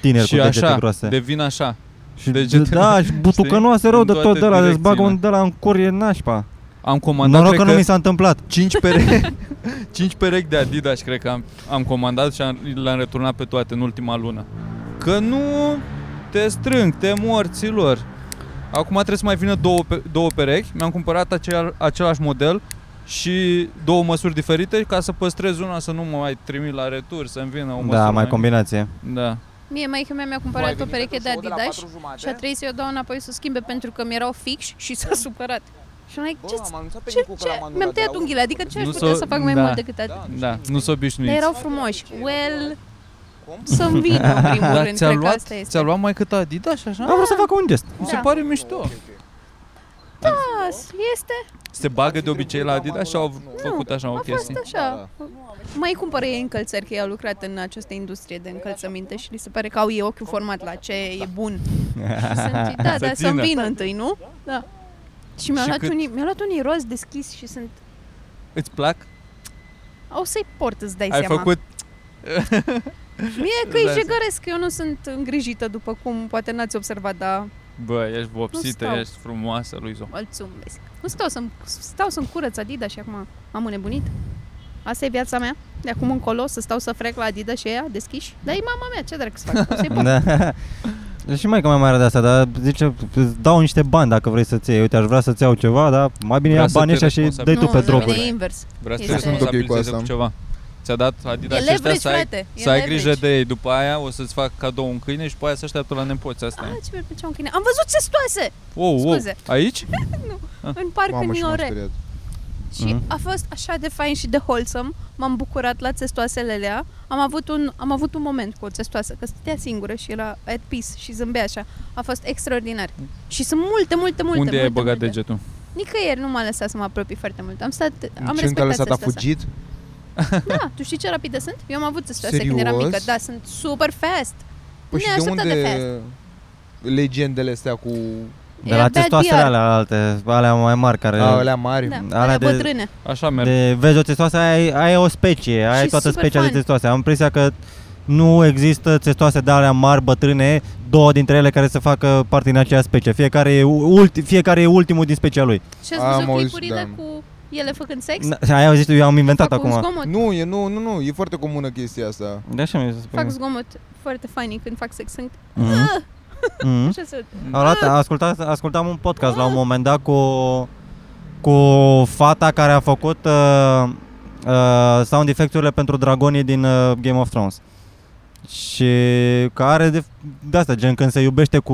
tineri
și
cu degete
așa,
groase.
devin așa.
și
degetele- *laughs*
Da, și butucănoase rău
În
de
toate
tot de la, îți bagă
direcțiile.
un de la în cur, e nașpa.
Am comandat,
Noroc
cred
că
că,
nu mi s-a întâmplat.
5 perechi, *laughs* 5 perechi de Adidas, cred că am, am comandat și am, le-am returnat pe toate în ultima lună. Că nu te strâng, te morți lor. Acum trebuie să mai vină două, pe- două perechi. Mi-am cumpărat acel, același model și două măsuri diferite ca să păstrez una să nu mă mai trimit la retur, să-mi vină o măsură
Da, mai combinație.
Da.
Mie maică mea mi-a cumpărat o pereche de Adidas și a trebuit să-i o dau înapoi să o schimbe pentru că mi erau fix și s-a supărat. Și am like, ce,
anunțat pe
ce, ce? Mi-am tăiat unghiile, adică ce aș
Nu
putea
s-o-
să fac mai
da.
mult decât atât?
Da, nu s-o
Dar
obișnuiți.
erau frumoși. Well,
Cum?
să-mi vină în
*laughs*
primul
Dar
rând,
ți-a
cred că
luat,
asta este.
Da.
ți-a luat mai cât Adidas și
Am
așa?
vrut să fac un gest.
Se pare mișto.
Da, Adidas. Este
Se bagă de obicei la Adidas și au făcut așa o chestie.
așa.
Da,
Mai cumpără ei încălțări, că ei au lucrat în această industrie de încălțăminte și li se pare că au ei ochiul format la ce e
*laughs*
bun. Și sunt, da,
Da. Să
dar să
țină.
vin întâi, nu? Da. Și mi-au
Și
luat,
cât?
unii, mi-au luat unii roz deschis și sunt...
Îți plac?
O să-i port, îți dai
Ai
seama.
făcut
Mie că îi
Da.
jegăresc, că eu nu sunt îngrijită după cum poate n-ați observat, dar
Bă, ești
Nu
vopsită,
stau.
ești frumoasă, Luizo.
îl vezi. Nu stau să-mi, stau să-mi curăț Adidas și acum am înnebunit. Asta e viața mea? De acum încolo să stau să frec la Adidas și ea deschiși? Dar e mama mea, ce dracu să fac? O să-i port.
Da. *laughs* Și mai că mai mare de asta, dar zice, îți dau niște bani dacă vrei să-ți iei. Uite, aș vrea să-ți iau ceva, dar mai bine
Vrea
ia
să
banii
te
ăștia și dai
responsabilizezi.
tu pe
nu, la
droguri.
mine e invers.
Vrea să te
Este- Sunt ok cu
responsabilizezi cu
asta.
ceva. Ți-a dat Adidas
E
și ăștia
leverage,
să ai,
frate. E
să ai
leverage.
grijă de ei. După aia o să-ți fac cadou un câine și după aia să așteaptă la nepoți. Asta e.
Ah, ce mi-ar plăcea un câine. Am văzut sestoase
Wow, wow.
scuze.
Aici?
în parc în
Mamă, și m-am
Iore.
speriat.
Și
Mhm.
a fost așa de fain și de wholesome. M-am bucurat la țestoasele alea. Am avut un, am avut un moment cu o țestoasă, că stătea singură și era at peace și zâmbea așa. A fost extraordinar. Și sunt multe, multe, multe,
Unde
multe,
ai băgat
multe.
degetul?
Nicăieri nu m-a lăsat să mă apropii foarte mult. Am stat, am
Ce încă a
respectat
lăsat, a
țestoasa.
fugit?
Da, tu știi ce rapide sunt? Eu am avut țestoase când eram
Serios?
mică. Da, sunt super fast.
Păi și de
Neașteptat de
unde legendele astea cu
De la
abia
testoasele
DR.
alea alte, alea mai mari care...
a, alea mari?
Da,
Alea
alea
de-
bătrâne.
Așa merg.
De, vezi o testoasă, ai, ai o specie, ai
Și
toată
super
specia
fain.
de testoase. Am impresia că nu există testoase de alea mari, bătrâne, două dintre ele care să facă parte din aceea specie. Fiecare e, ulti, fiecare e ultimul din specia lui.
Și ați
Am
văzut
auzit,
clipurile
da.
cu ele făcând sex?
Na, Aia au zis, eu am inventat
Fac un
acum.
zgomot.
Nu, e, nu, nu, nu, e foarte comună chestia asta.
De așa mi se
Fac Ah!
spune.
zgomot foarte funny când fac sex. Sunt
Mhm.
*laughs*
Mhm.
așa să...
Am luat, ascultat, ascultam un podcast la un moment dat cu, cu fata care a făcut uh, uh, sound effecturile pentru dragonii din uh, Game of Thrones. Și care de, de asta, gen când se iubește cu,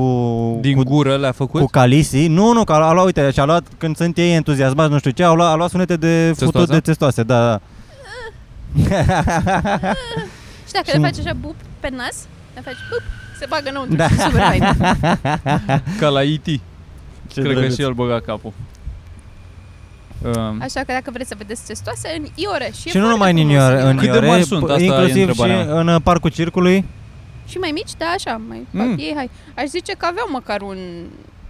Din
cu,
gură le-a făcut?
cu Calisi. Nu, nu, că a, a luat, uite, și a luat, când sunt ei entuziasmați, nu știu ce, a luat, a luat sunete de futut
Testoasa?
de testoase, da, da.
Și dacă
Și-
le faci așa bup pe nas, le faci bup, se bagă înăuntru. Da. Super
*laughs*
fain.
Ca la IT.
Ce
Cred că
drăguț.
și el băga capul. Um,
Așa că dacă vreți să vedeți testoase, în Iore. Și, e
Și nu numai
foarte
în
frumos.
Iore, în
Cât de
Iore,
mari sunt? Asta e
inclusiv și
întrebarea mea.
în uh, parcul circului.
Și mai mici, da, așa, mai
Mm.
Hmm.
fac ei, hai. Aș zice că aveau măcar un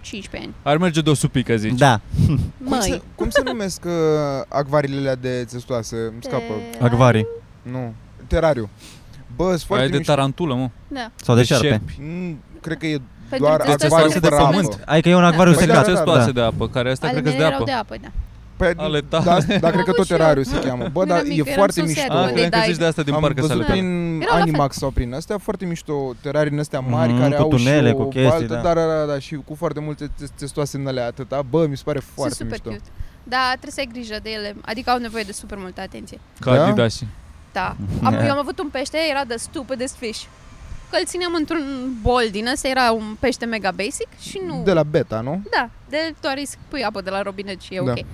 15 ani.
ar merge de o supică, zici.
Da.
Cum
Măi.
se, cum se numesc uh, acvarilele alea de țestoase? Îmi scapă.
Acvarii.
Nu. Terariu. Bă, sunt
Aia
foarte
e de
mișto.
tarantulă, mă.
Păi
Da.
Sau
Deci
de
De
șerpe.
șerpi.
Mm, Cred că e
Pentru
doar
țestoase
acvariu
de
fără
pământ.
apă.
Adică e un acvariu
da,
Păi
secat.
da,
da, da.
testoase de apă, care astea
Ale
cred că
mele
de
erau
apă.
de apă, da.
Păi,
Ale tale.
da, da, cred că
avut
tot
și eu.
terariu se cheamă. Bă, dar
Când eram
e
mică,
foarte
eram sus,
mișto.
iată,
Ah,
unde
cred că
dai?
zici de asta din
Am
parcă
văzut
să
prin
le
Erau la
Animax sau prin astea foarte mișto terarii din astea mari
Mhm,
care
cu
au
tunele,
și o
cu chestii,
baltă,
da.
da. da, da, da, și cu foarte multe tes- testoase în alea atâta. Bă, mi se pare foarte
Sunt super
mișto.
cute. Dar trebuie să ai grijă de ele, adică au nevoie de super multă atenție.
Ca
Da?
Adidasi.
Da.
Mhm.
Am,
Da.
eu am avut un pește, era de stupidest fish. Că îl țineam într-un bol din ăsta, era un pește mega basic și nu...
De la Beta, nu?
Da, de doar îi pui apă de la robinet și e
Da.
ok.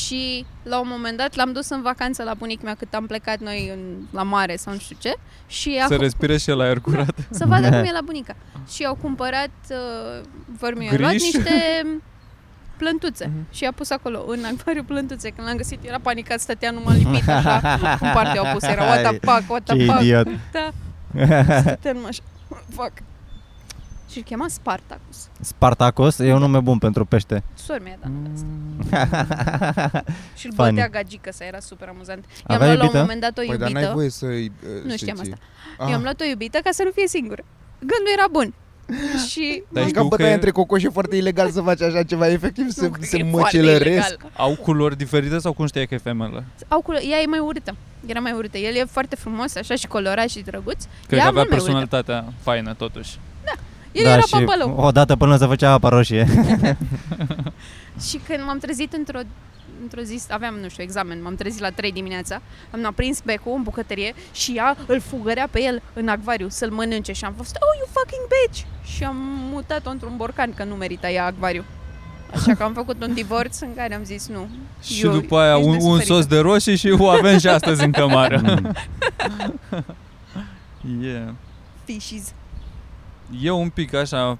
Și la un moment dat l-am dus în vacanță la bunic mea cât am plecat noi în, la mare sau nu știu ce și a
Să
fă-
respire și el aer curat.
să
*laughs*
vadă cum e la bunica. Și au cumpărat, uh, vor mi-au luat
Griș?
*laughs*
niște plântuțe
Mhm.
și i-a pus acolo în acvariu plântuțe. Când l-am găsit, era panicat, stătea numai
*laughs*
lipit așa, în parte au pus, era what the fuck, what
Ce
the fuck.
idiot.
Da. Stătea numai așa, fuck. Și îl chema Spartacus.
Spartacus e un nume bun pentru pește.
Sor mi-a dat numele ăsta.
Mm.
Și îl
Mm. Funny.
bătea gagică, să era super amuzant. I-am
Avea
luat la un
iubită?
moment dat o
Păi, dar n-ai
iubită.
voie uh, să-i... Ah.
Nu știam asta. I-am luat o iubită ca să nu fie singură. Gândul era
*laughs*
bun. Și
Dar
Ca
știu că
bătaia între
e-
cocoși e foarte ilegal să faci așa ceva, efectiv se,
nu cred că
se
e foarte
măcelăresc.
ilegal.
au culori diferite sau cum știai că e femelă?
Au culo- ea e mai urâtă. Era mai urâtă. El e foarte frumos, așa și colorat și drăguț.
Cred
ea
că avea
mult mai urâtă.
personalitatea faină totuși.
El era papălău.
Da, o dată până se făcea apa
*laughs*
roșie.
Și când m-am trezit într-o într-o zi, aveam, nu știu, examen, m-am trezit la 3 dimineața, am aprins becul în bucătărie și ea îl fugărea pe el în acvariu să-l mănânce și am fost, oh, you fucking bitch! Și am mutat-o într-un borcan că nu merita ea acvariu. Așa că am făcut un divorț în care am zis nu.
Și
Eu-
după aia un,
ești
un
nesuferită.
sos de roșii și o avem și astăzi în cămară.
Mm.
*laughs* yeah.
Fishes.
E un pic așa,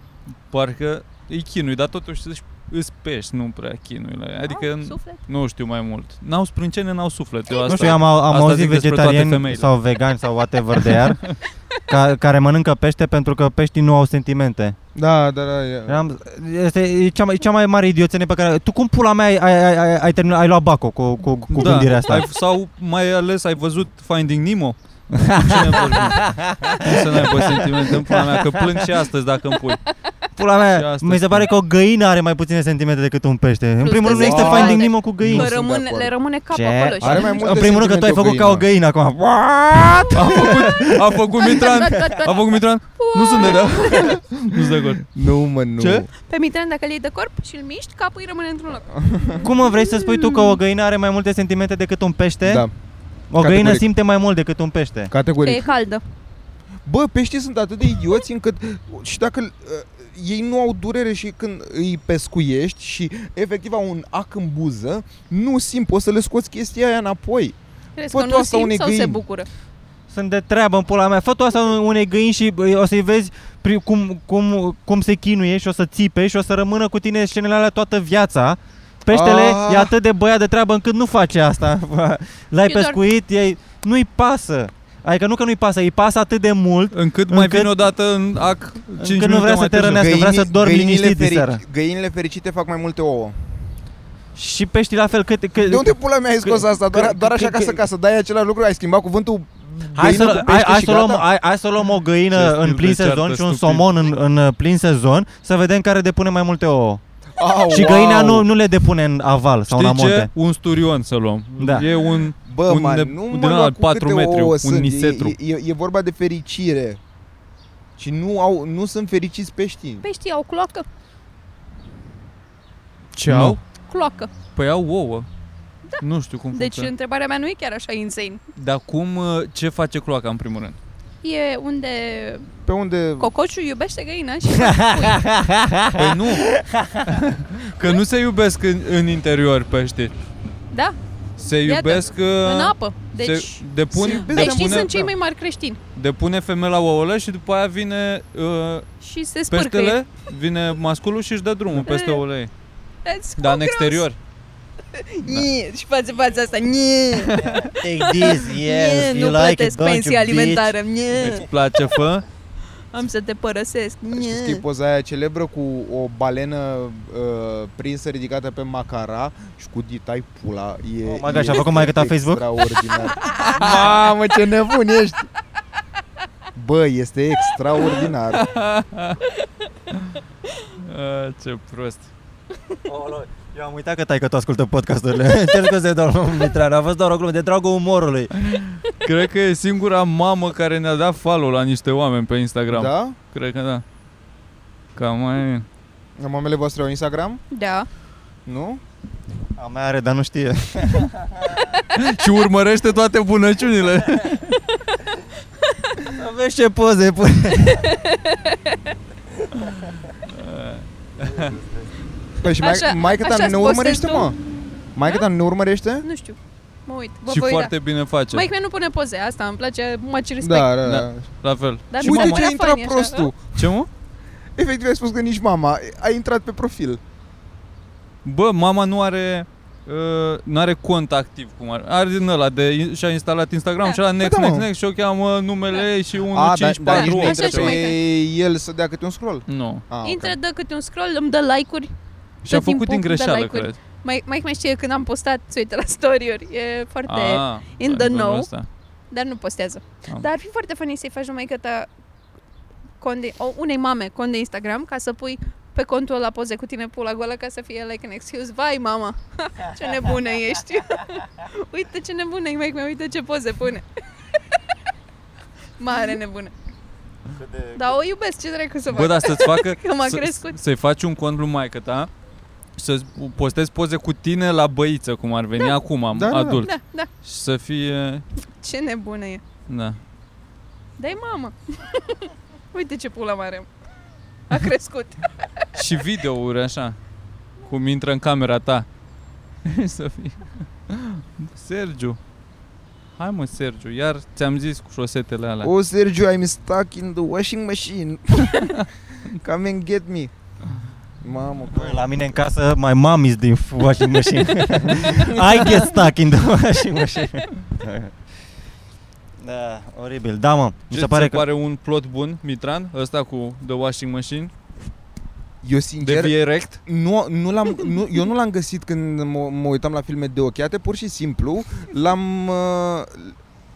parcă îi chinui, dar totuși își îs pești, nu prea chinui la ea. Adică
Au
n-
suflet?
nu știu mai mult. N-au sprâncene, n-au suflet. Eu asta,
Nu știu, am, am
asta
auzit
zic despre toate
vegetariani
femeile.
sau vegani sau whatever de
*laughs*
iar ca, care mănâncă pește pentru că peștii nu au sentimente.
Da, da, da. e-
Am, este e cea, mai, e cea mai mare idioțenie pe care... Tu cum pula mea ai, ai, ai, ai, ai, terminat, ai luat Baco cu, cu, cu da. gândirea asta?
Ai, sau mai ales ai văzut Finding
*laughs*
Nemo? Cine vorbim? Cum să n-ai bă sentimente în pula mea, că plâng și astăzi dacă îmi pui.
Pula
Și
mea,
asta
mi se
spun.
pare că o găină are mai puține sentimente decât un pește. În
Plus
primul
că
rând nu
se
există
poate.
Finding Nemo cu găini.
Nu
Vă
sunt de
rămâne,
acord.
le rămâne capul
Ce?
acolo. și
Are mai
atunci-
multe
În primul rând că tu ai făcut
sentimente
ca
o
o găină acum.
A făcut, a făcut Mitran, a făcut Mitran, nu sunt de da. *laughs* Nu sunt de acord.
Nu, mă, nu.
Ce?
Pe Mitran, dacă îl iei de corp și îl miști, capul îi rămâne într-un loc.
Cum mă vrei să spui tu că o găină are mai multe sentimente decât un pește?
Da,
O găină
categoric.
simte mai mult decât un pește.
Că e
categoric.
caldă.
Bă, peștii sunt atât de idioți încât și dacă uh, ei nu au durere și când îi pescuiești și efectiv au un ac în buză, nu simt, poți să le scoți chestia aia înapoi.
Crezi
Fă
că
tu
nu
asta
simt
unei
sau se
găini.
bucură?
Sunt de treabă în pula mea. Fă tu asta unei găini și bă, o să-i vezi pri- cum, cum, cum se chinuie și o să țipe și o să rămână cu tine scenele alea toată viața. Peștele
Ah.
e atât de băiat de treabă încât nu face asta. *laughs* L-ai
Eu doar-
pescuit, ei, nu-i pasă. Adică nu că nu-i pasă, îi pasă atât de mult
Încât mai
Încât-
vine odată în ac 5
nu vrea să te rănească. Găinii- vrea să dormi liniștit de seara.
găinile fericite fac mai multe ouă.
și peștii la fel cât... cât
De unde pula mea ai scos
că-
asta? Doar,
că-
doar așa
că-
ca să, ca să dai același lucru, ai schimbat cuvântul
Hai
găină
să,
cu
hai,
pește
hai,
și
să luăm,
gata?
hai, hai să luăm o
Ce
găină
stil
în
de
plin
ceartă
sezon și un
stupid.
somon în, în uh, plin sezon să vedem care depune mai multe ouă.
Au,
Și găina
au.
nu, nu le depune în aval sau în
Știi ce?
amonte.
Un sturion să luăm.
Da.
E un...
Bă,
un
man,
de-
nu
un
mă
din
lua
ăla
cu
4
câte
metri,
ouă
un
sunt. E-
nisetru.
E, e, vorba de fericire. Și nu, au, nu sunt fericiți peștii.
Peștii Păi au cloacă?
Ce
Nu.
au?
Cloacă.
Păi au ouă. Nu știu cum
Deci
funcționează.
întrebarea mea nu e chiar așa insane.
Dar cum, uh, ce face cloaca în primul rând?
E unde
Pe unde...
cocociul iubește găina și
Păi
*laughs*
nu. Că nu se iubesc în, în interior peștii.
Da.
Se
Iată,
iubesc... uh,
în apă. Deci
se depun,
se-
Deci
depune,
peștii sunt cei
da.
mai mari creștini
depune femeia la ouăle și după aia vine uh,
și se spărcă ei.
peștele, vine masculul și își dă drumul peste ouăle ei.
That's so
Dar Da, în
gross.
exterior.
Nye, Și face fața asta. Nye,
Take this,
nye, nu plătesc pensia alimentară. Nye,
Îți place, fă?
am să te părăsesc.
Știi
Nye.
poza aia celebră cu o balenă uh, prinsă, ridicată pe macara și cu ditai pula. E,
Oh my God,
e
și-a făcut mai cât la Facebook? *laughs*
Extraordinar. Mamă, ce nebun ești! Bă, este extraordinar.
A, ce prost.
Oh, Eu am uitat că tai că tu ascultă podcasturile. Te scuze, domnul Mitran, a fost doar o glumă de dragul umorului.
Cred că e singura mamă care ne-a dat follow la niște oameni pe Instagram.
Da?
Cred că da. Cam mai e.
Mamele voastre au Instagram?
Da.
Nu?
A mai are, dar nu știe.
Și urmărește toate bunăciunile.
Să vezi ce poze pune.
Păi și mai,
Așa-
mai cât
așa
am ne
postezi
urmărește,
tu?
mă? Mai cât am ne urmărește?
Nu știu. Mă uit. Vă
și
voi da. uita.
foarte bine face.
Mike Man nu pune poze, asta îmi place, mă ce respect.
Da, da,
Da.
da.
La fel.
Dar
și
mi se
mama.
Uite ce
părea
a intrat
funny așa,
prostul.
Ce mă?
Efectiv ai spus că nici mama a intrat pe profil.
Bă, mama nu are uh, nu are cont activ cum are. Are din ăla de și-a instalat Instagram
Da.
și la next
da, mă.
next next și o cheamă numele ei și 154
da, nici nu
Așa
intră
și mai
pe el să dea câte un scroll.
Nu.
Ah, ok.
Intră, dă câte un scroll, îmi dă like-uri.
Și a făcut
Tot timpul
din
dă
greșeală,
like-uri.
cred.
Mike, Mike mai știe când am postat, se uită la story-uri. E foarte...
Ah,
in the
în
know.
ăsta.
Dar nu postează.
Am.
Dar ar fi foarte funny să-i faci numai căta conde, o, unei mame cont de Instagram ca să pui pe contul ăla poze cu tine pula goală ca să fie like an excuse. Vai, mama, *laughs* ce nebună ești. *laughs* uite ce nebună e, mai uite ce poze pune. *laughs* Mare nebună. Dar o iubesc, ce dracu să fac.
Bă, da. dar să-ți facă
*laughs* Că m-a
să-
crescut.
Să-i faci un cont lui maică ta să postezi poze cu tine la băiță, cum ar veni acum,
Da, da, da.
adult.
Da, da,
Și să fie...
ce nebună e.
Da.
Dai mama. *laughs* uite ce pula mare. A crescut.
Și videouri așa Cum intră în camera ta *laughs* Să fii Sergiu Hai mă Sergiu, iar ți-am zis cu șosetele alea
Oh, *laughs* Sergio, I'm stuck in the washing machine. Come and get me. Mamă,
Bă, La mine în casă, my mom is the washing machine. I get stuck in the washing machine. Da, oribil. Da, mă, mi
Ce
se pare că...
pare un plot bun, Mitran? Ăsta cu The Washing Machine?
eu
De
sincer,
vie rect?
nu, nu l-am, nu, eu nu l-am găsit când mă, mă uitam la filme de ochiate, pur și simplu l-am... Uh,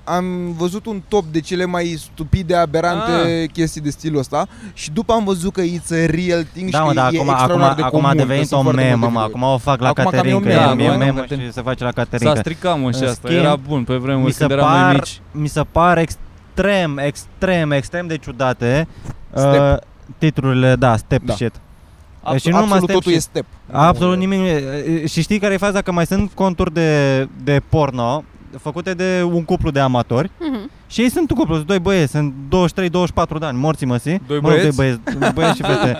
am văzut un top de cele mai stupide, aberante ah. chestii de stilul ăsta și după am văzut că it's a real thing
Da,
și
mă,
că
dar
e
acum, acum,
extraordinar de
acum a
comun, că
devenit
sunt
o
foarte multe
memă, mă,
videouri.
acum o fac la
Acum
Caterin,
cam
că
e
e,
o
e
memă, da,
memă
acum Caterin.
și se face la Caterin.
S-a stricat, mă, și
În
asta.
schimb,
Era bun pe
mi
vremuri
se
când eram noi
par-
mici.
Mi se par extrem, extrem, extrem de ciudate
Step.
uh, titlurile, da, step
Da.
shit.
Abs-
și deci nu numai
absolut
step
totul
și-
e step.
Absolut
Nu-
nimic. nu e. Și știi care e faza? Că mai sunt conturi de, de porno făcute de un cuplu de amatori
Mhm.
și ei sunt un cuplu, sunt doi băieți, sunt 23-24 de ani, morții măsii.
Doi
Mă rog,
băieți?
doi băieți, băieți și
*laughs*
fete.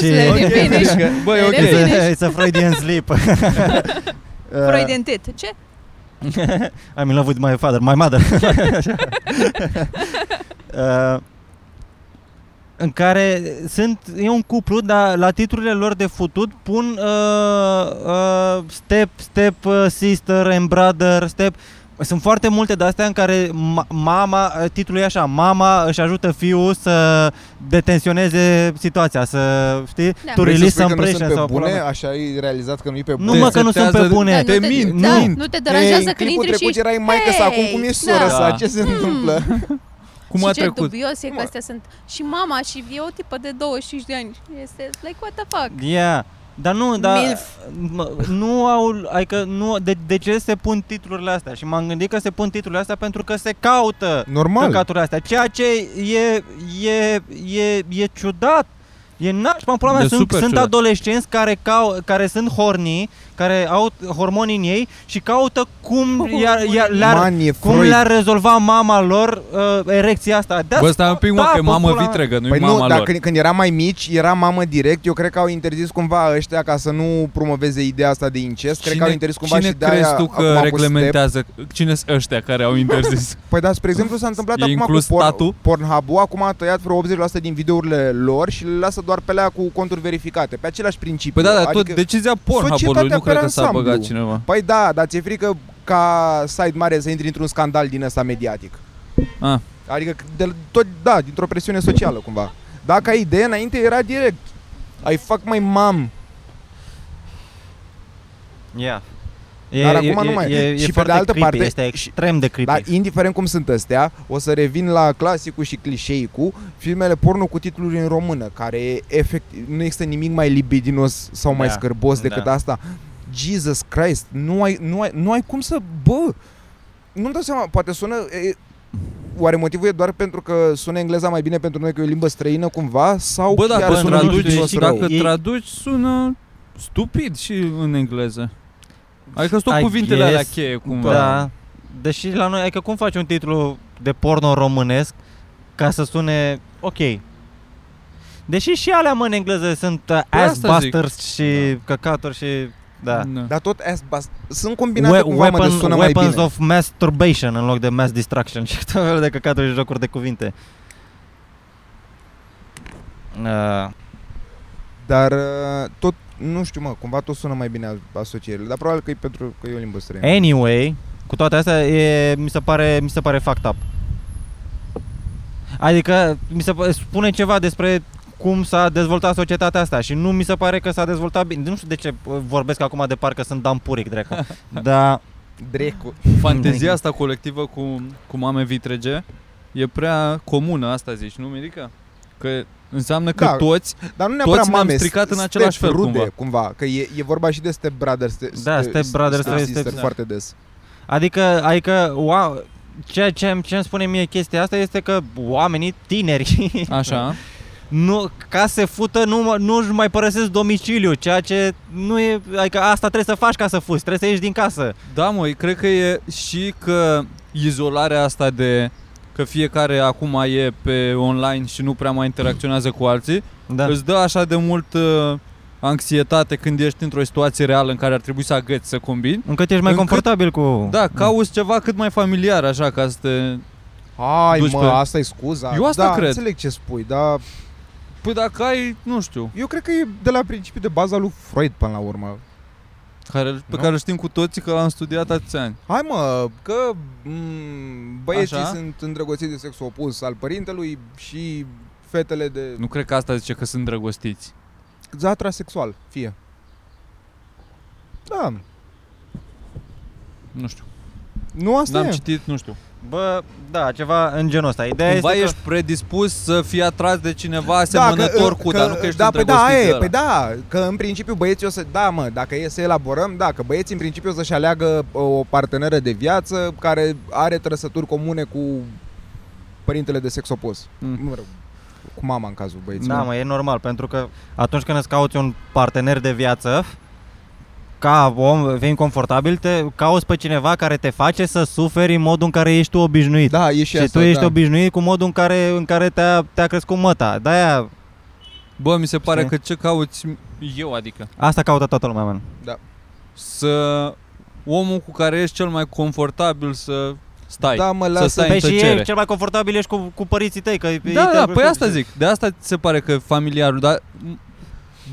le
și...
Băi, ok.
It's a- It's a Freudian *laughs* sleep.
Freud în tit. Ce?
*laughs* I'm in love with my father, my
*laughs*
mother. *laughs* uh, în care sunt, e un cuplu, dar la titlurile lor de futut pun uh, uh, Step, Step uh, Sister and Brother, Step. Sunt foarte multe de astea în care ma- mama, uh, titlul e așa, mama își ajută fiul să detensioneze situația, să, știi,
Da.
tu
Vrei să
release
spui
some
că nu sunt
pressure
pe
sau pula
bune,
mea.
așa ai realizat că nu e pe
Nu
bune.
mă că nu sunt pe
Setează-
bune.
Da,
Te
nu te-
mint,
da,
mint.
nu te deranjează
Ei,
când
în clipul
intri
trecut
și...
erai maică sa, acum
Hei,
cum e sora
da.
sa, ce se
Hmm. *laughs*
întâmplă?
Cum a
și ce
trecut?
dubios e că
Mă.
astea sunt și mama și e o tipă de 25 de ani. Este like what the fuck.
Yeah. Dar nu, dar
Milf.
m- nu au, adică nu, de, de ce se pun titlurile astea? Și m-am gândit că se pun titlurile astea pentru că se caută
Normal.
căcaturile astea, ceea ce e, e, e, e ciudat. E nașpa, pula mea,
E
sunt,
super
sunt
ciudat.
adolescenți care, cau, care sunt horny, care au hormoni în ei și caută cum i-ar, i-ar, le-ar,
Manie,
cum
Freud.
le-ar rezolva mama lor uh, erecția asta. That's
Bă, stai un pic, mă,
Da,
că e
bă,
mamă
pula mea.
vitregă, nu-i
Păi nu,
mama
dar
lor.
când, când eram mai mici, era mamă direct, eu cred că au interzis cumva ăștia ca să nu promoveze ideea asta de incest, cred că au interzis cumva
cine
și de
crezi
aia
tu
acum
că
cu
reglementează? Cine sunt ăștia care au
*laughs*
interzis?
Step. Păi da, spre exemplu s-a întâmplat
E
acum cu
inclus statul?
porn, Pornhub-ul, acum a tăiat vreo 80% din videourile lor și le lasă doar pe alea cu conturi verificate, pe același principiu.
Păi da, dar tot
adică,
decizia Pornhub-ului
societatea
nu cred
pe
că s-a
ansamblu.
băgat cineva.
Păi da, dar ți-e frică ca site mare să intri într-un scandal din ăsta mediatic.
Ah.
Adică de, tot, da, dintr-o presiune socială cumva. Dacă ai idee, înainte era direct. I fuck my mom.
Yeah.
Dar acum nu mai e.
E,
Și pe
e foarte
de altă
creepy,
parte- da,
este extrem de creepy.
Dar indiferent cum sunt astea, o să revin la clasicul și clișeicul, filmele porno cu titluri în română, care e efectiv, nu există nimic mai libidinos sau mai
Da,
scârbos decât
da.
asta. Jesus Christ, nu ai, nu ai, nu ai cum să, bă, nu-mi dau seama, poate sună, e, oare motivul e doar pentru că sună engleza mai bine pentru noi că e o limbă străină cumva sau
Bă,
chiar
dacă
sună
traduci,
traduci,
libidinos
știi,
rău?
dacă
Ei-
traduci, sună stupid și în engleză. Adică sunt
I
tot cuvintele
guess,
alea cheie cumva.
Da. Deși la noi, adică cum faci un titlu de porno românesc ca să sune ok? Deși și alea, mă, în engleză sunt uh,
Păi asta
assbusters și da. căcaturi și... Da.
Dar tot ass bust. Sunt combinate We- cumva mă, de sună mai
weapons
bine.
of masturbation în loc de mass distraction *laughs* și tot felul de căcaturi și jocuri de cuvinte. Uh,
Dar uh, tot, nu știu mă, cumva tot sună mai bine a- asocierile, dar probabil că e pentru că e o limbă străină.
Anyway, cu toate astea e, mi, se pare, mi se pare fucked up. Adică mi se pa- spune ceva despre cum s-a dezvoltat societatea asta și nu mi se pare că s-a dezvoltat bine. Nu știu de ce uh, vorbesc acum de parcă sunt Dan Puric, dracu.
*laughs*
Da, Dar
Drecu.
Fantezia asta colectivă cu, cu mame vitrege e prea comună, asta zici, nu, Mirica? Că înseamnă că
Da.
toți,
Dar nu neapărat
Toți ne-am
mame,
stricat
step
în același fel,
rude,
cumva.
cumva. Că e, e vorba și de step brothers, ste,
Da, step brothers,
step,
step-
sister
step-
foarte des.
Adică, adică wow, ceea ce îmi, ce îmi spune mie chestia asta este că oamenii tineri *laughs*
așa,
nu, ca să fută nu, mă- nu-și mai părăsesc domiciliu, ceea ce nu e, adică asta trebuie să faci ca să fuți, trebuie să ieși din casă.
da măi, cred că e și că izolarea asta de că fiecare acum e pe online și nu prea mai interacționează cu alții,
Da.
îți dă așa de mult uh, anxietate când ești într-o situație reală în care ar trebui să agăți, să combini.
Încât ești mai
Încât-
confortabil cu...
Da, cauți ceva cât mai familiar, așa, ca să te...
Hai
Da. Duci
mă,
pe-
asta e scuza.
Eu asta
da,
cred.
înțeleg ce spui, dar...
Păi dacă ai, nu știu,
Eu cred că e de la principiul de bază al lui Freud până la urmă.
care, pe
Nu?
care îl știm cu toții că l-am studiat atâția ani.
Hai mă, că m- băieții
Așa?
sunt îndrăgoțiți de sexul opus al părintelui și fetele de
Nu cred că asta zice că sunt drăgostiți.
zatra sexual, fie. Da,
Nu știu.
nu asta
N-am
e.
citit, nu știu.
Bă, da, ceva în genul ăsta. Ideea
Cumva
este
ești predispus să fii atras de cineva asemănător cu, dar nu că ești
da, păi da,
îndrăgostit de
e,
ăla.
păi da, că în principiu băieții o să, da mă, dacă e să elaborăm, da, că băieții în principiu o să-și aleagă uh, o parteneră de viață care are trăsături comune cu părintele de sex opus.
Mm.
Mă rog, cu mama în cazul
că...
băieților.
Da, mă, e normal, pentru că atunci când îți cauți un partener de viață, ca om vei confortabil, te cauți pe cineva care te face să suferi în modul în care ești tu obișnuit.
Da, e și,
și
asta,
tu ești
da.
obișnuit cu modul în care, în care te-a, te-a crescut măta. De-aia
Bă, mi se pare
Știi?
că ce cauți eu, adică,
asta caută toată lumea, man.
să omul cu care ești cel mai confortabil să stai.
Da, mă,
să
lasă.
stai în
Păi și
tăcere.
ei, cel mai confortabil ești cu, cu părinții tăi. Că ei te-
Da, da, păi asta zic. De asta ți se pare că familiarul, dar m,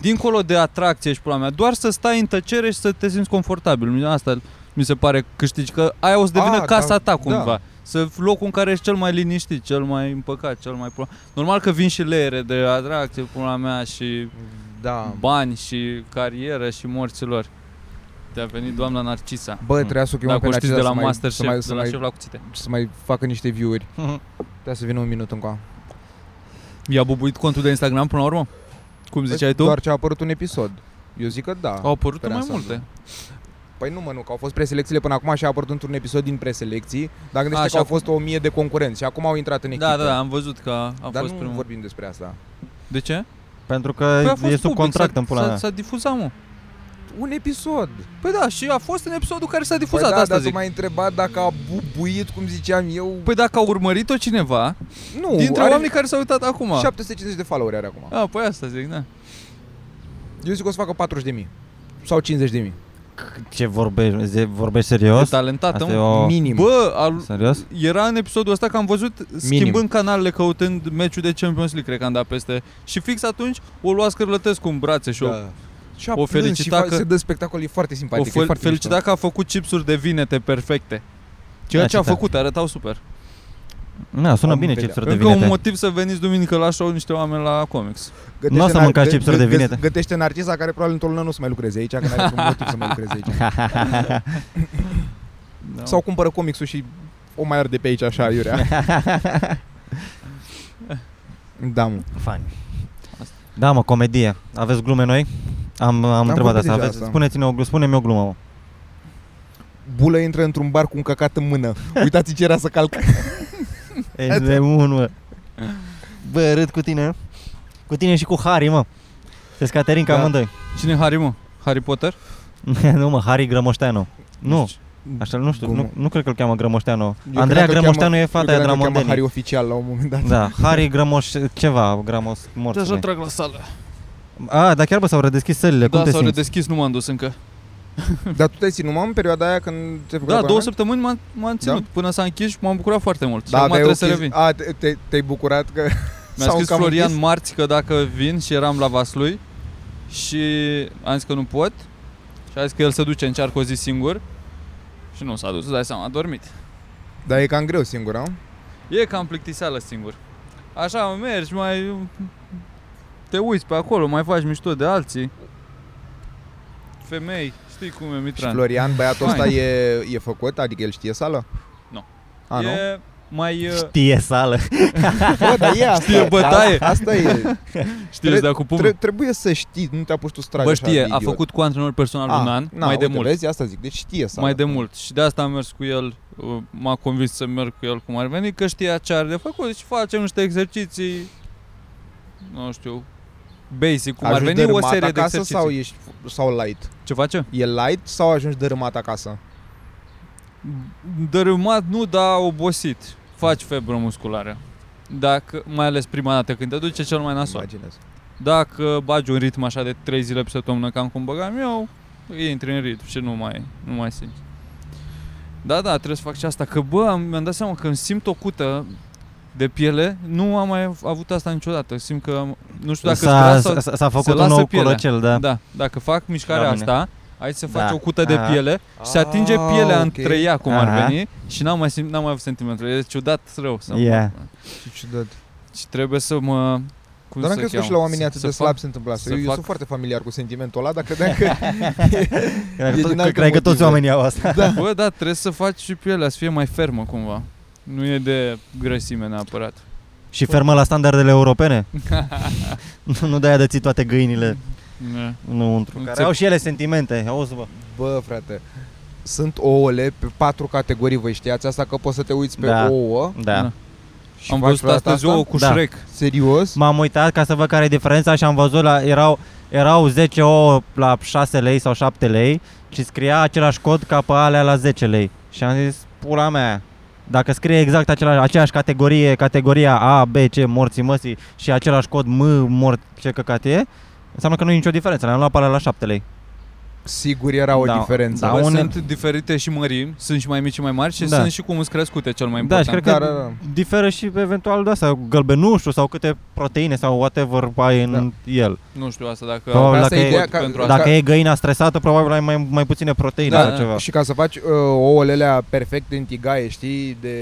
dincolo de atracție și pula mea, doar să stai în tăcere și să te simți confortabil. Mi- Asta mi se pare câștigi, că aia o să devină
Ah,
A, casa
da,
ta cumva.
da.
Să locul în care ești cel mai liniștit, cel mai împăcat, cel mai pula. Normal că vin și leere de atracție, pula mea, și
Da.
bani, și carieră, și morților. Te-a venit doamna Narcisa.
Bă,
Mm.
trebuia să o chemăm
Dacă
pe
o știți
Narcisa
de la
să mai- să
Masterchef,
mai-
de
să
la
mai-
șef la cuțite.
să mai facă niște view-uri. Trebuie să vină un minut încoa.
I-a bubuit contul de Instagram până la urmă? Cum ziceai tu?
Păi Doar ce a apărut un episod. Eu zic că da.
Au apărut
Pe
mai
ansamblu.
multe.
Păi nu, mă, nu, că au fost preselecțiile până acum și a apărut într-un episod din preselecții, dar
A,
gândește
și
că au
acum-
fost o mie de concurenți și acum au intrat în echipă.
Da, da, da, am văzut că a a
Dar
fost
nu
primul.
vorbim despre asta.
De ce?
*laughs* Pentru că
Păi a
e
fost
sub
public,
contract
s-a,
în pula
s-a,
mea.
s-a difuzat, mă.
Un episod.
Păi da, și a fost în episodul care s-a difuzat,
păi da,
asta
dar
zic.
tu m-ai întrebat dacă a bubuit, cum ziceam eu.
Păi dacă a urmărit-o cineva,
nu,
dintre
are
oamenii care s-au uitat acum.
750 de followeri are acum.
A, păi asta zic, da.
Eu zic că o să facă 40 de mii. Sau 50 de mii.
Ce vorbești? ze- Vorbești
E
serios?
talentată,
Asta e
mă.
o...
Minim.
Ah. Bă, al,
Serios?
era în episodul ăsta că am văzut schimbând canalele, căutând meciul de Champions League, cred că am dat peste. Și fix atunci o lua Scârlătescu în brațe și o,
da. Și a
o
o
felicita
felicita și
că-
că... se dă spectacol, e foarte
o
simpatic. e
fel,
foarte
felicita
mișto.
că a făcut chipsuri de vinete perfecte. Ceea
Da,
ce a
ce tare.
făcut, arătau super.
Na, sună
Am
bine
vedea.
chipsuri de
Încă un
vinete.
motiv să veniți duminică la show niște oameni la comics.
Gătește
N-o să
nar-
mâncați
gă-
chipsuri de
gă-
vinete.
Gătește Narcisa care probabil într-o lună nu o să mai lucreze aici, că n-are
*laughs*
niciun motiv să mai lucreze aici.
Da.
Sau cumpără comicsul și o mai arde pe aici așa,
*laughs*
iurea. da, mă.
Fani. Da, mă, comedie. Aveți glume noi? Am, am întrebat
vorbit
asta.
deja
Aveți,
asta.
spuneți-ne o, glu- spune-mi o glumă, mă.
Bulă intră într-un bar cu un căcat în mână. uitați ce era să calcă.
E de un, mă. Bă, râd cu tine. Cu tine și cu Harry, mă. Sunt Caterinca
Da.
da. amândoi.
Cine e Harry, mă? Harry Potter?
nu, mă, Harry Grămoșteanu. Nu,
știu.
așa nu știu,
Glumă.
nu, nu cred că îl cheamă Grămoșteanu.
Eu
Andreea
credeam că îl
Grămoșteanu
cheamă-
e
eu
fata aia
credeam
de la
că îl cheamă
Mondeni.
Harry oficial la un moment dat.
Da, Harry Grămoș ceva, Gramos morțului.
trag la sală.
A, dar chiar bă, s-au redeschis sălile,
Da,
cum te
s-au
simți?
redeschis, nu m-am dus încă.
Dar tu te-ai ținut, mă, în perioada aia când te
Da, două săptămâni m-am, m-am
Da?
ținut până s-a închis și m-am bucurat foarte mult. și
Da,
acum
te-ai,
trebuie să
ochis-
revin.
a, te, te, te-ai bucurat că
Mi-a
s-au
scris
cam
Florian
închis?
marți că dacă vin și eram la Vaslui și am zis că nu pot și a zis că el se duce, încearcă o zi singur și nu s-a dus, îți dai seama, a dormit.
Dar e cam greu singur, am?
E cam plictiseală singur. Așa mergi, mai te uiți pe acolo, mai faci mișto de alții. Femei, știi cum e
Și
Mitran.
Florian, băiatul ăsta,
Fain.
e, e făcut? Adică el știe sală?
Nu.
A, nu?
e
*laughs*
mai... uh,
Știe sală.
Bă, dar e asta.
*laughs* Știe bătaie.
A- Asta e.
Știți, dar cu
Tre-
public.
trebuie să știi, nu te-a pus tu strag
Bă,
așa
știe,
de
a
idiot. Ah,
făcut cu antrenor personal un an,
na,
mai de
uite,
mult.
Vezi, asta zic, deci știe să
Mai de mult. Și de asta am mers cu el, uh, m-a convins să merg cu el cum ar veni, că știa ce are de făcut și facem niște exerciții, nu știu, basic, cum ar veni, o serie de
acasă
exerciții.
sau ești sau light?
Ce face?
E light sau ajungi dărâmat acasă?
Dărâmat nu, dar obosit. Faci febră musculară. Dacă, mai ales prima dată când te duce cel mai nasol.
Imaginez.
Dacă bagi un ritm așa de 3 zile pe săptămână, cam cum băgam eu, intri în ritm și nu mai, nu mai simți. Da, da, trebuie să fac și asta, că bă, am- mi-am dat seama că îmi simt o cută de piele, nu am mai avut asta niciodată, simt că am- nu știu dacă
S-a,
îți
s-a,
vrea să...
s-a făcut
se
un
lasă
nou
pielea.
colocel, da.
Da, dacă fac mișcarea
La mine.
asta, aici se face
Da.
o cută de
Aha.
piele și se atinge
Ah,
pielea
ok.
între ea, cum ar
Aha.
veni, și n-am mai, simt, n-am mai avut sentimentul. E ciudat rău. Să
Yeah.
Ce ciudat.
Și trebuie să mă... Cum
Dar
să
am crezut că
cheamă?
și la oamenii
Să-
atât
să
de
fac-
slabi se întâmplă asta.
să
Eu, eu
fac-
sunt foarte familiar cu sentimentul ăla, dar credeam că...
Cred,
E
că
din
tot-
alte
cred că toți
motive.
oamenii au asta.
*laughs*
*laughs*
Da. Bă, da, trebuie să faci și pielea să fie mai fermă cumva. Nu e de grăsime neapărat.
Și fermă la standardele
*laughs*
europene. nu, nu de-aia de ții toate găinile
Da.
înăuntru. Care
Înțeleg.
au și ele sentimente, auzi bă.
*laughs* Bă, frate, sunt ouăle pe patru categorii, voi știați asta că poți să te uiți pe
Da.
ouă.
Da.
Da.
Și
Am
faci
văzut
vreodată
astăzi
asta?
ouă cu
Da.
Shrek.
Serios?
M-am uitat ca să văd care e diferența și am văzut la, erau, erau 10 ouă la 6 lei sau 7 lei și scria același cod ca pe alea la 10 lei. Și am zis, pula mea, dacă scrie exact același, aceeași categorie, categoria A, B, C, morții măsii și același cod M, mort, ce căcat e, înseamnă că nu e nicio diferență, le-am luat pe alea la 7 lei.
Sigur era o
Da.
diferență.
Da,
Da,
Bă,
unde-
Sunt diferite și mărimi, sunt și mai mici și mai mari și
Da.
sunt și cum îți crescute cel mai
Da,
important.
și cred că
Da, da, da.
diferă și eventual de asta, gălbenușul sau câte proteine sau whatever ai în
Da.
el.
Nu știu asta dacă
Probabil
Asta e
dacă e-
cod pentru
Bă,
asta.
Dacă
ca-
e găina stresată, probabil ai mai, mai puține proteine
Da,
sau
da.
ceva.
Și ca să faci uh, ouăle alea perfect în tigaie, știi, de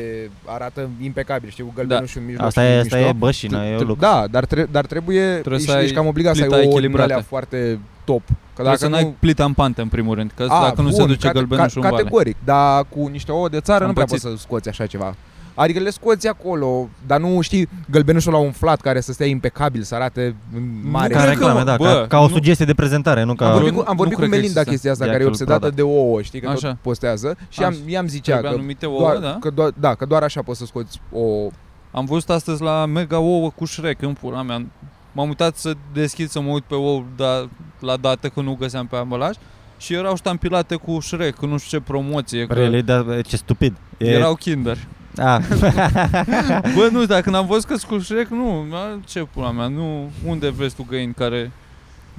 arată impecabil, știi, cu
Da.
gălbenușul în mijloc.
Asta
și
e,
în
asta e
mijloc.
bășină, e o lucru.
Da, dar, tre- dar trebuie,
Trebuie
ești,
să ai
ești cam obligat să ai
plita
ouăle în
echilibrată.
alea foarte top. Că
Dacă să
dacă
n-ai
nu...
plita în pantă în primul rând, că dacă nu se
bun,
duce
cate-
gălbenușul în vale.
Categoric, dar cu niște ouă de țară
Am
nu prea
pățit.
poți să scoți așa ceva. Adică le scoți acolo, dar nu știi gălbenușul la umflat care să stea impecabil, să arate mare.
cred
Ca
că-
reclame, da,
bă,
ca, ca o
nu-
sugestie de prezentare, nu
Am
ca...
Bă,
vorbit cu, am
nu
vorbit cu
cred că
Melinda
există
chestia asta,
de
care e
actual
obsedată
product.
de ouă, știi, că
Așa.
tot postează. Și am,
Așa.
i-am zicea
Trebuie
că
anumite ouă,
doar,
da.
că doar, da, că doar așa poți să scoți o...
Am văzut astăzi la Mega Ouă cu Shrek în pula mea. M-am uitat să deschid să mă uit pe ou da, la dată când nu găseam pe ambalaj și erau ștampilate cu Shrek, cu nu știu ce promoție, că
Really, da, ce stupid. E, Ah.
erau Kinder. *laughs*
a,
Bă, nu, dacă n-am văzut că cu Shrek, nu, a, ce pula mea, nu, unde vezi tu găini care,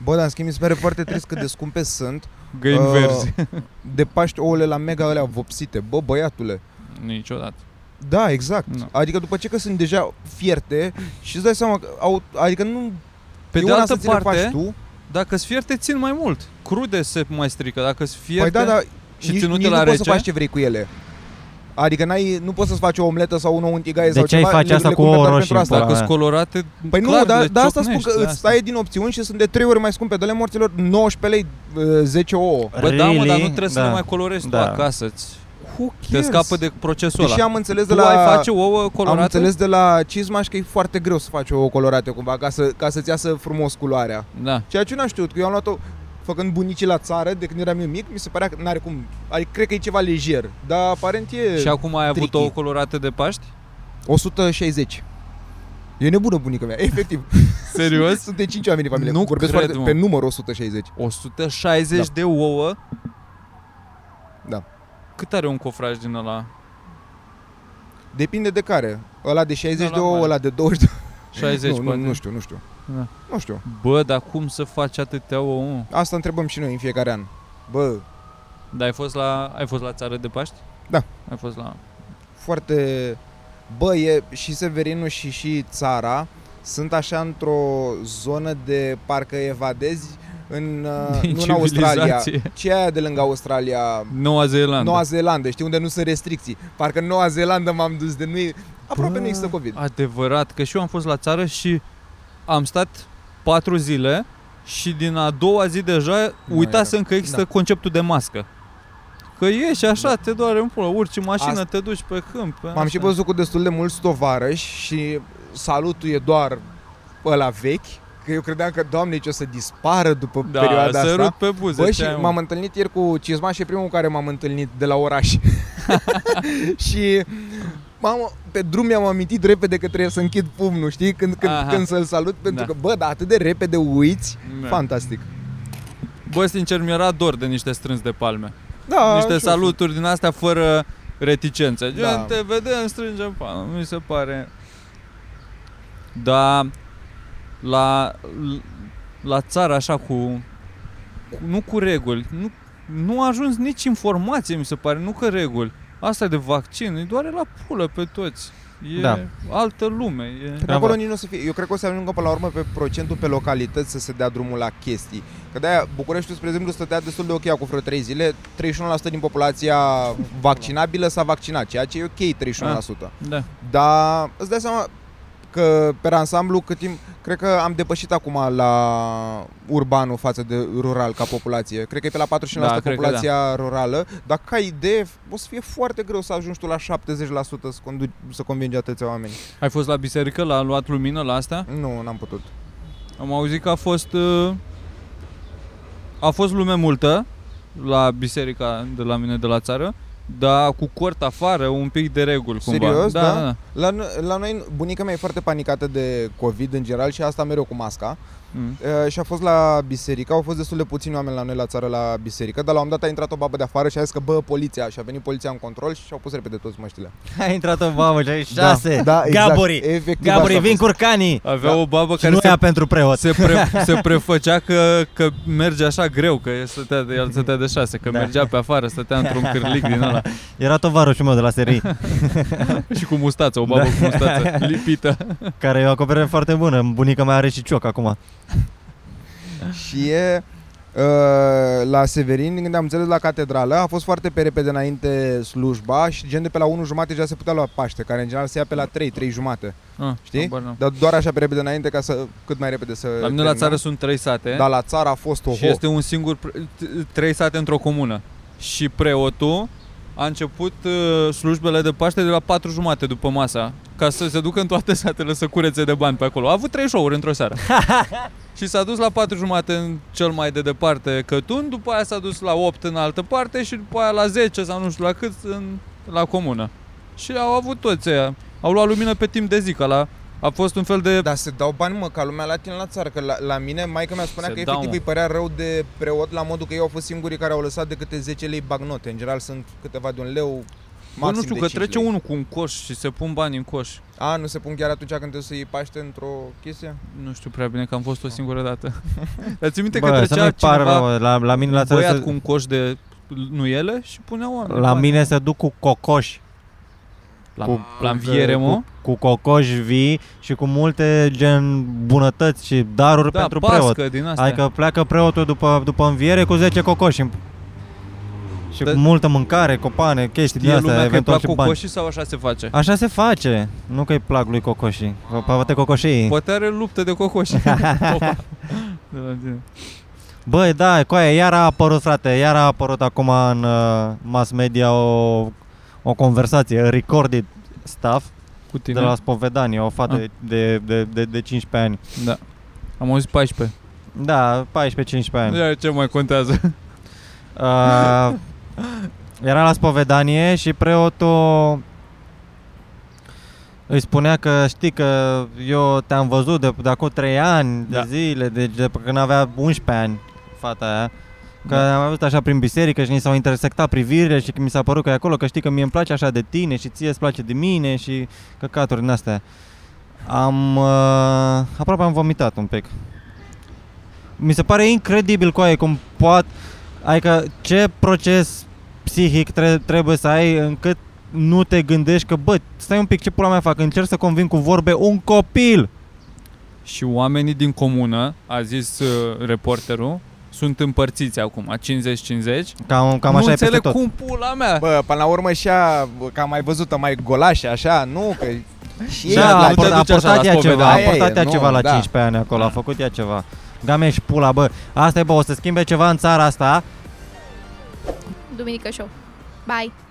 Bă, dar în schimb mi se pare foarte trist cât de scumpe sunt.
găini
Uh,
uh, verzi? *laughs*
De Paști ouăle la mega alea vopsite. Bă, băiatule.
Niciodată.
Da, exact.
Nu.
Adică după ce că sunt deja fierte și îți dai seama că au, adică nu
Pe
e
de
una
altă
să ți le
parte,
faci tu. Păi da,
dacă sfierte, țin mai mult. Crude se mai strică, dacă sfierte...
Păi da, dar
și
nici,
ținute
nici
la
nu poți să
rece?
faci ce vrei cu ele. Adică n-ai, nu poți să-ți faci o omletă sau un ou în tigaie
De
sau
ce ai
ceva.
face
le-
asta
le
cu
cumperi
ouă
doar
roșii
pentru
în
asta.
Dacă
Pula
sunt
mea.
colorate,
da, Păi
clar,
nu, dar
le
da, asta spun
ciocnești,
că
da.
îți taie din opțiuni și sunt de 3 ori mai scumpe. Dă-le morților 19 lei, uh, 10 ouă.
Bă, da, mă, dar nu
Really?
trebuie să
Da.
le mai colorezi
Da.
tu acasă. Ți,
Who
te
cares?
scapă de procesul
Deși
ăla.
am înțeles de
Tu la... ai
la...
face ouă colorate?
Am înțeles de la cizmaș că e foarte greu să faci ouă colorate cumva, ca, să, ca să-ți iasă frumos culoarea.
Da.
Ceea ce n-am știut, că eu am luat-o făcând bunicii la țară de când eram eu mic, mi se părea că n-are cum, adică cred că e ceva lejer, dar aparent e
Și acum ai avut
tricky.
ouă colorate de Paști?
160. E nebună bunica mea, *laughs* efectiv.
Serios?
Sunt de 5 oameni în familie,
Păi, Nu
vorbesc
cred,
foarte,
mă.
pe număr 160.
160
Da.
de ouă?
Da.
Cât are un cofraj din ăla?
Depinde de care, ăla de 60
Da,
de
la
ouă,
mare.
ăla de 20 de...
60
Nu, nu,
poate.
nu știu, nu știu.
Da.
Nu știu.
Bă, dar cum să faci atâtea ouă, mă?
Asta întrebăm și noi în fiecare an. Bă,
Dar ai fost la, ai fost la țară de Paști?
Da.
Ai fost la...
foarte... Bă, e și Severinul și și țara sunt așa într-o zonă de parcă evadezi în, uh,
Din
nu în Australia,
*laughs* civilizație.
ci aia de lângă Australia,
Noua Zeelandă.
Noua Zeelandă, știi, unde nu sunt restricții. Parcă în Noua Zeelandă m-am dus de nu e, aproape
Bă.
nu există COVID.
Adevărat, că și eu am fost la țară și am stat patru zile și din a doua zi deja
Nu
uitasem
era.
că există
Da.
conceptul de mască. Că ieși așa, te doare în pulă, urci în mașină,
Asta-
te duci pe câmp. pe
M-am
așa.
și văzut cu destul de mulți tovarăși și salutul e doar ăla vechi, că eu credeam că, doamne, ce o să dispară după
da,
perioada
sărut
asta.
pe buze.
Bă,
ce
și
ai, mă?
m-am întâlnit ieri cu Cizma și e primul cu care m-am întâlnit de la
*laughs*
oraș. și mamă, pe drum mi-am amintit repede că trebuie să închid pumnul, știi, când, când,
Aha.
când să-l salut, pentru
Da.
că, bă, dar atât de repede uiți,
Da.
fantastic.
Bă, sincer, mi-era dor de niște strâns de palme.
Da,
niște
și-
saluturi din astea fără reticență. Gen,
Da.
te vedem, strângem palma, mi se pare. Da, la, la țară așa cu, cu, nu cu reguli, nu, nu a ajuns nici informație, mi se pare, nu că reguli. Asta e de vaccin, îi doare la pulă pe toți. E
Da.
altă lume. E...
Că de acolo nici nu o să fie. Eu cred că o să ajungă până la urmă pe procentul pe localități să se dea drumul la chestii. Că de-aia Bucureștiul, spre exemplu, stătea destul de ok acum vreo 3 zile. 31% din
*laughs*
populația vaccinabilă s-a vaccinat, ceea ce e ok 31%.
Da.
Dar îți dai seama că pe ansamblu cât timp, cred că am depășit acum la urbanul față de rural ca populație. Cred că e pe la 45%
Da,
da,
cred că
populația da. rurală, dar ca idee o să fie foarte greu să ajungi tu la 70% să, conduci, să convingi atâția oameni.
Ai fost la biserică, l-a luat lumină la asta?
Nu, n-am putut.
Am auzit că a fost uh, a fost lume multă la biserica de la mine de la țară, dar cu cort afară, un pic de reguli cumva.
Serios,
Da,
da?
da, da.
La, no- la noi, bunica mea e foarte panicată de COVID în general și asta mereu cu masca
Mm.
e, Eh, și a fost la biserică, au fost destul de puțini oameni la noi la țară la biserică, dar la un moment dat a intrat o babă de afară și a zis că bă, poliția și a venit poliția în control și au pus repede toți măștile.
A intrat o babă și ai șase.
da, exact.
Gaburi,
Efectiv,
Gabri,
asta a
vin
fost.
curcanii.
Avea o babă
Și
care
nu
se,
ea pentru preot.
se, pre, se prefăcea că, că merge așa greu, că stătea de, el stătea de șase, că
Da.
mergea pe afară, stătea într-un cârlic din ăla
Era tovarășul meu de la
*laughs*
serii,
și cu mustață, o babă cu mustață lipită.
care e o acoperire foarte bună. Bunica mea are și cioc acum.
Și e uh, la Severin, când am înțeles la catedrală, a fost foarte pe repede înainte slujba și gen de pe la 1 jumate deja se putea lua paște, care în general se ia pe la 3, 3 jumate.
Ah,
Știi?
habar n-am.
Dar doar așa pe repede înainte ca să cât mai repede să
La mine la
terminăm.
țară sunt trei sate.
Dar la țară a fost o
Și este un singur, pre- t- trei sate într-o comună. Și preotul a început uh, slujbele de Paște de la patru jumate după masa, ca să se ducă în toate satele să curețe de bani pe acolo. A avut trei show-uri într-o
*laughs*
seară. și s-a dus la patru jumate în cel mai de departe Cătun, după aia s-a dus la 8 în altă parte și după aia la 10 sau nu știu la cât în, la comună. Și au avut toți aia. Au luat lumină pe timp de zi, ca la a fost un fel de...
Dar se dau bani, mă, ca lumea la tine la țară Că la, la mine, maica mi-a spunea
Se
că
dau,
efectiv
mă.
îi părea rău de preot La modul că ei au fost singurii care au lăsat de câte 10 lei bagnote În general sunt câteva de un leu
Bă,
maxim
nu știu,
de
că
5
trece
lei.
unul cu un coș și se pun bani în coș.
A, nu se pun chiar atunci când te să iei paște într-o chestie?
Nu știu prea bine că am fost o singură
*laughs*
dată. Dar ți minte că
Bă, să
trecea
nu-i pară
cineva
rău, mă, la, la mine la
un
țară
băiat
se,
cu un coș de nuiele și punea oameni.
la
bani.
mine se duc cu cocoși.
la,
cu-
la înviere, mă.
Cu cocoși vii și cu multe gen bunătăți și daruri
Da,
pentru
pască
preot.
din asta.
Adică pleacă preotul după, după înviere cu 10 cocoși. în- Și
Da.
cu multă mâncare, copane, chestii din
Știe
astea,
lumea că îi
eventual
plac
și bani.
cocoșii sau așa se face?
Așa se face. Nu că îi plac lui cocoșii. Vă- Poate cocoșii.
Poate are luptă de
*laughs*
cocoși. Opa. De la tine.
Băi, da, coaie, iar a apărut, frate, iar a apărut acum în uh, mass media o, o conversație, a recorded stuff
Cu tine?
de la spovedanie, o fată
Ah.
de, de, de, de 15 ani.
Da. Am auzit 14.
Da, 14-15 ani.
Ia ce mai contează. *laughs*
Uh, era la spovedanie și preotul îi spunea că știi că eu te-am văzut de, de acum 3 ani, da.
Da.
de zile, de, de când avea 11 ani fata aia. Că da. am avut așa prin biserică și ni s-au intersectat privirile și că mi s-a părut că e acolo, că știi că mie îmi place așa de tine și ție îți place de mine și căcaturi din astea. Am... Uh, aproape am vomitat un pic. Mi se pare incredibil coaie cum poate... Adică ce proces psihic tre- trebuie să ai încât nu te gândești că, bă, stai un pic, ce pula mea fac? Încerc să convin cu vorbe un copil!
Și oamenii din comună, a zis uh, reporterul, sunt împărțiți acum, 50-50.
Cam, cam
nu
așa e peste
înțeleg
tot.
cum pula mea.
Bă, până la urmă și a, că am mai văzut-o mai golașă, așa, nu?
*laughs*
Că și
Da,
ea
Da,
la
a,
nu te
por- a
duci așa la
portat ea ceva, a
spovedanie,
portat ea
nu,
ceva la
da.
15 ani acolo, a făcut ea ceva. Game și pula, bă. Asta e, bă, o să schimbe ceva în țara asta.
Duminică show. Bye.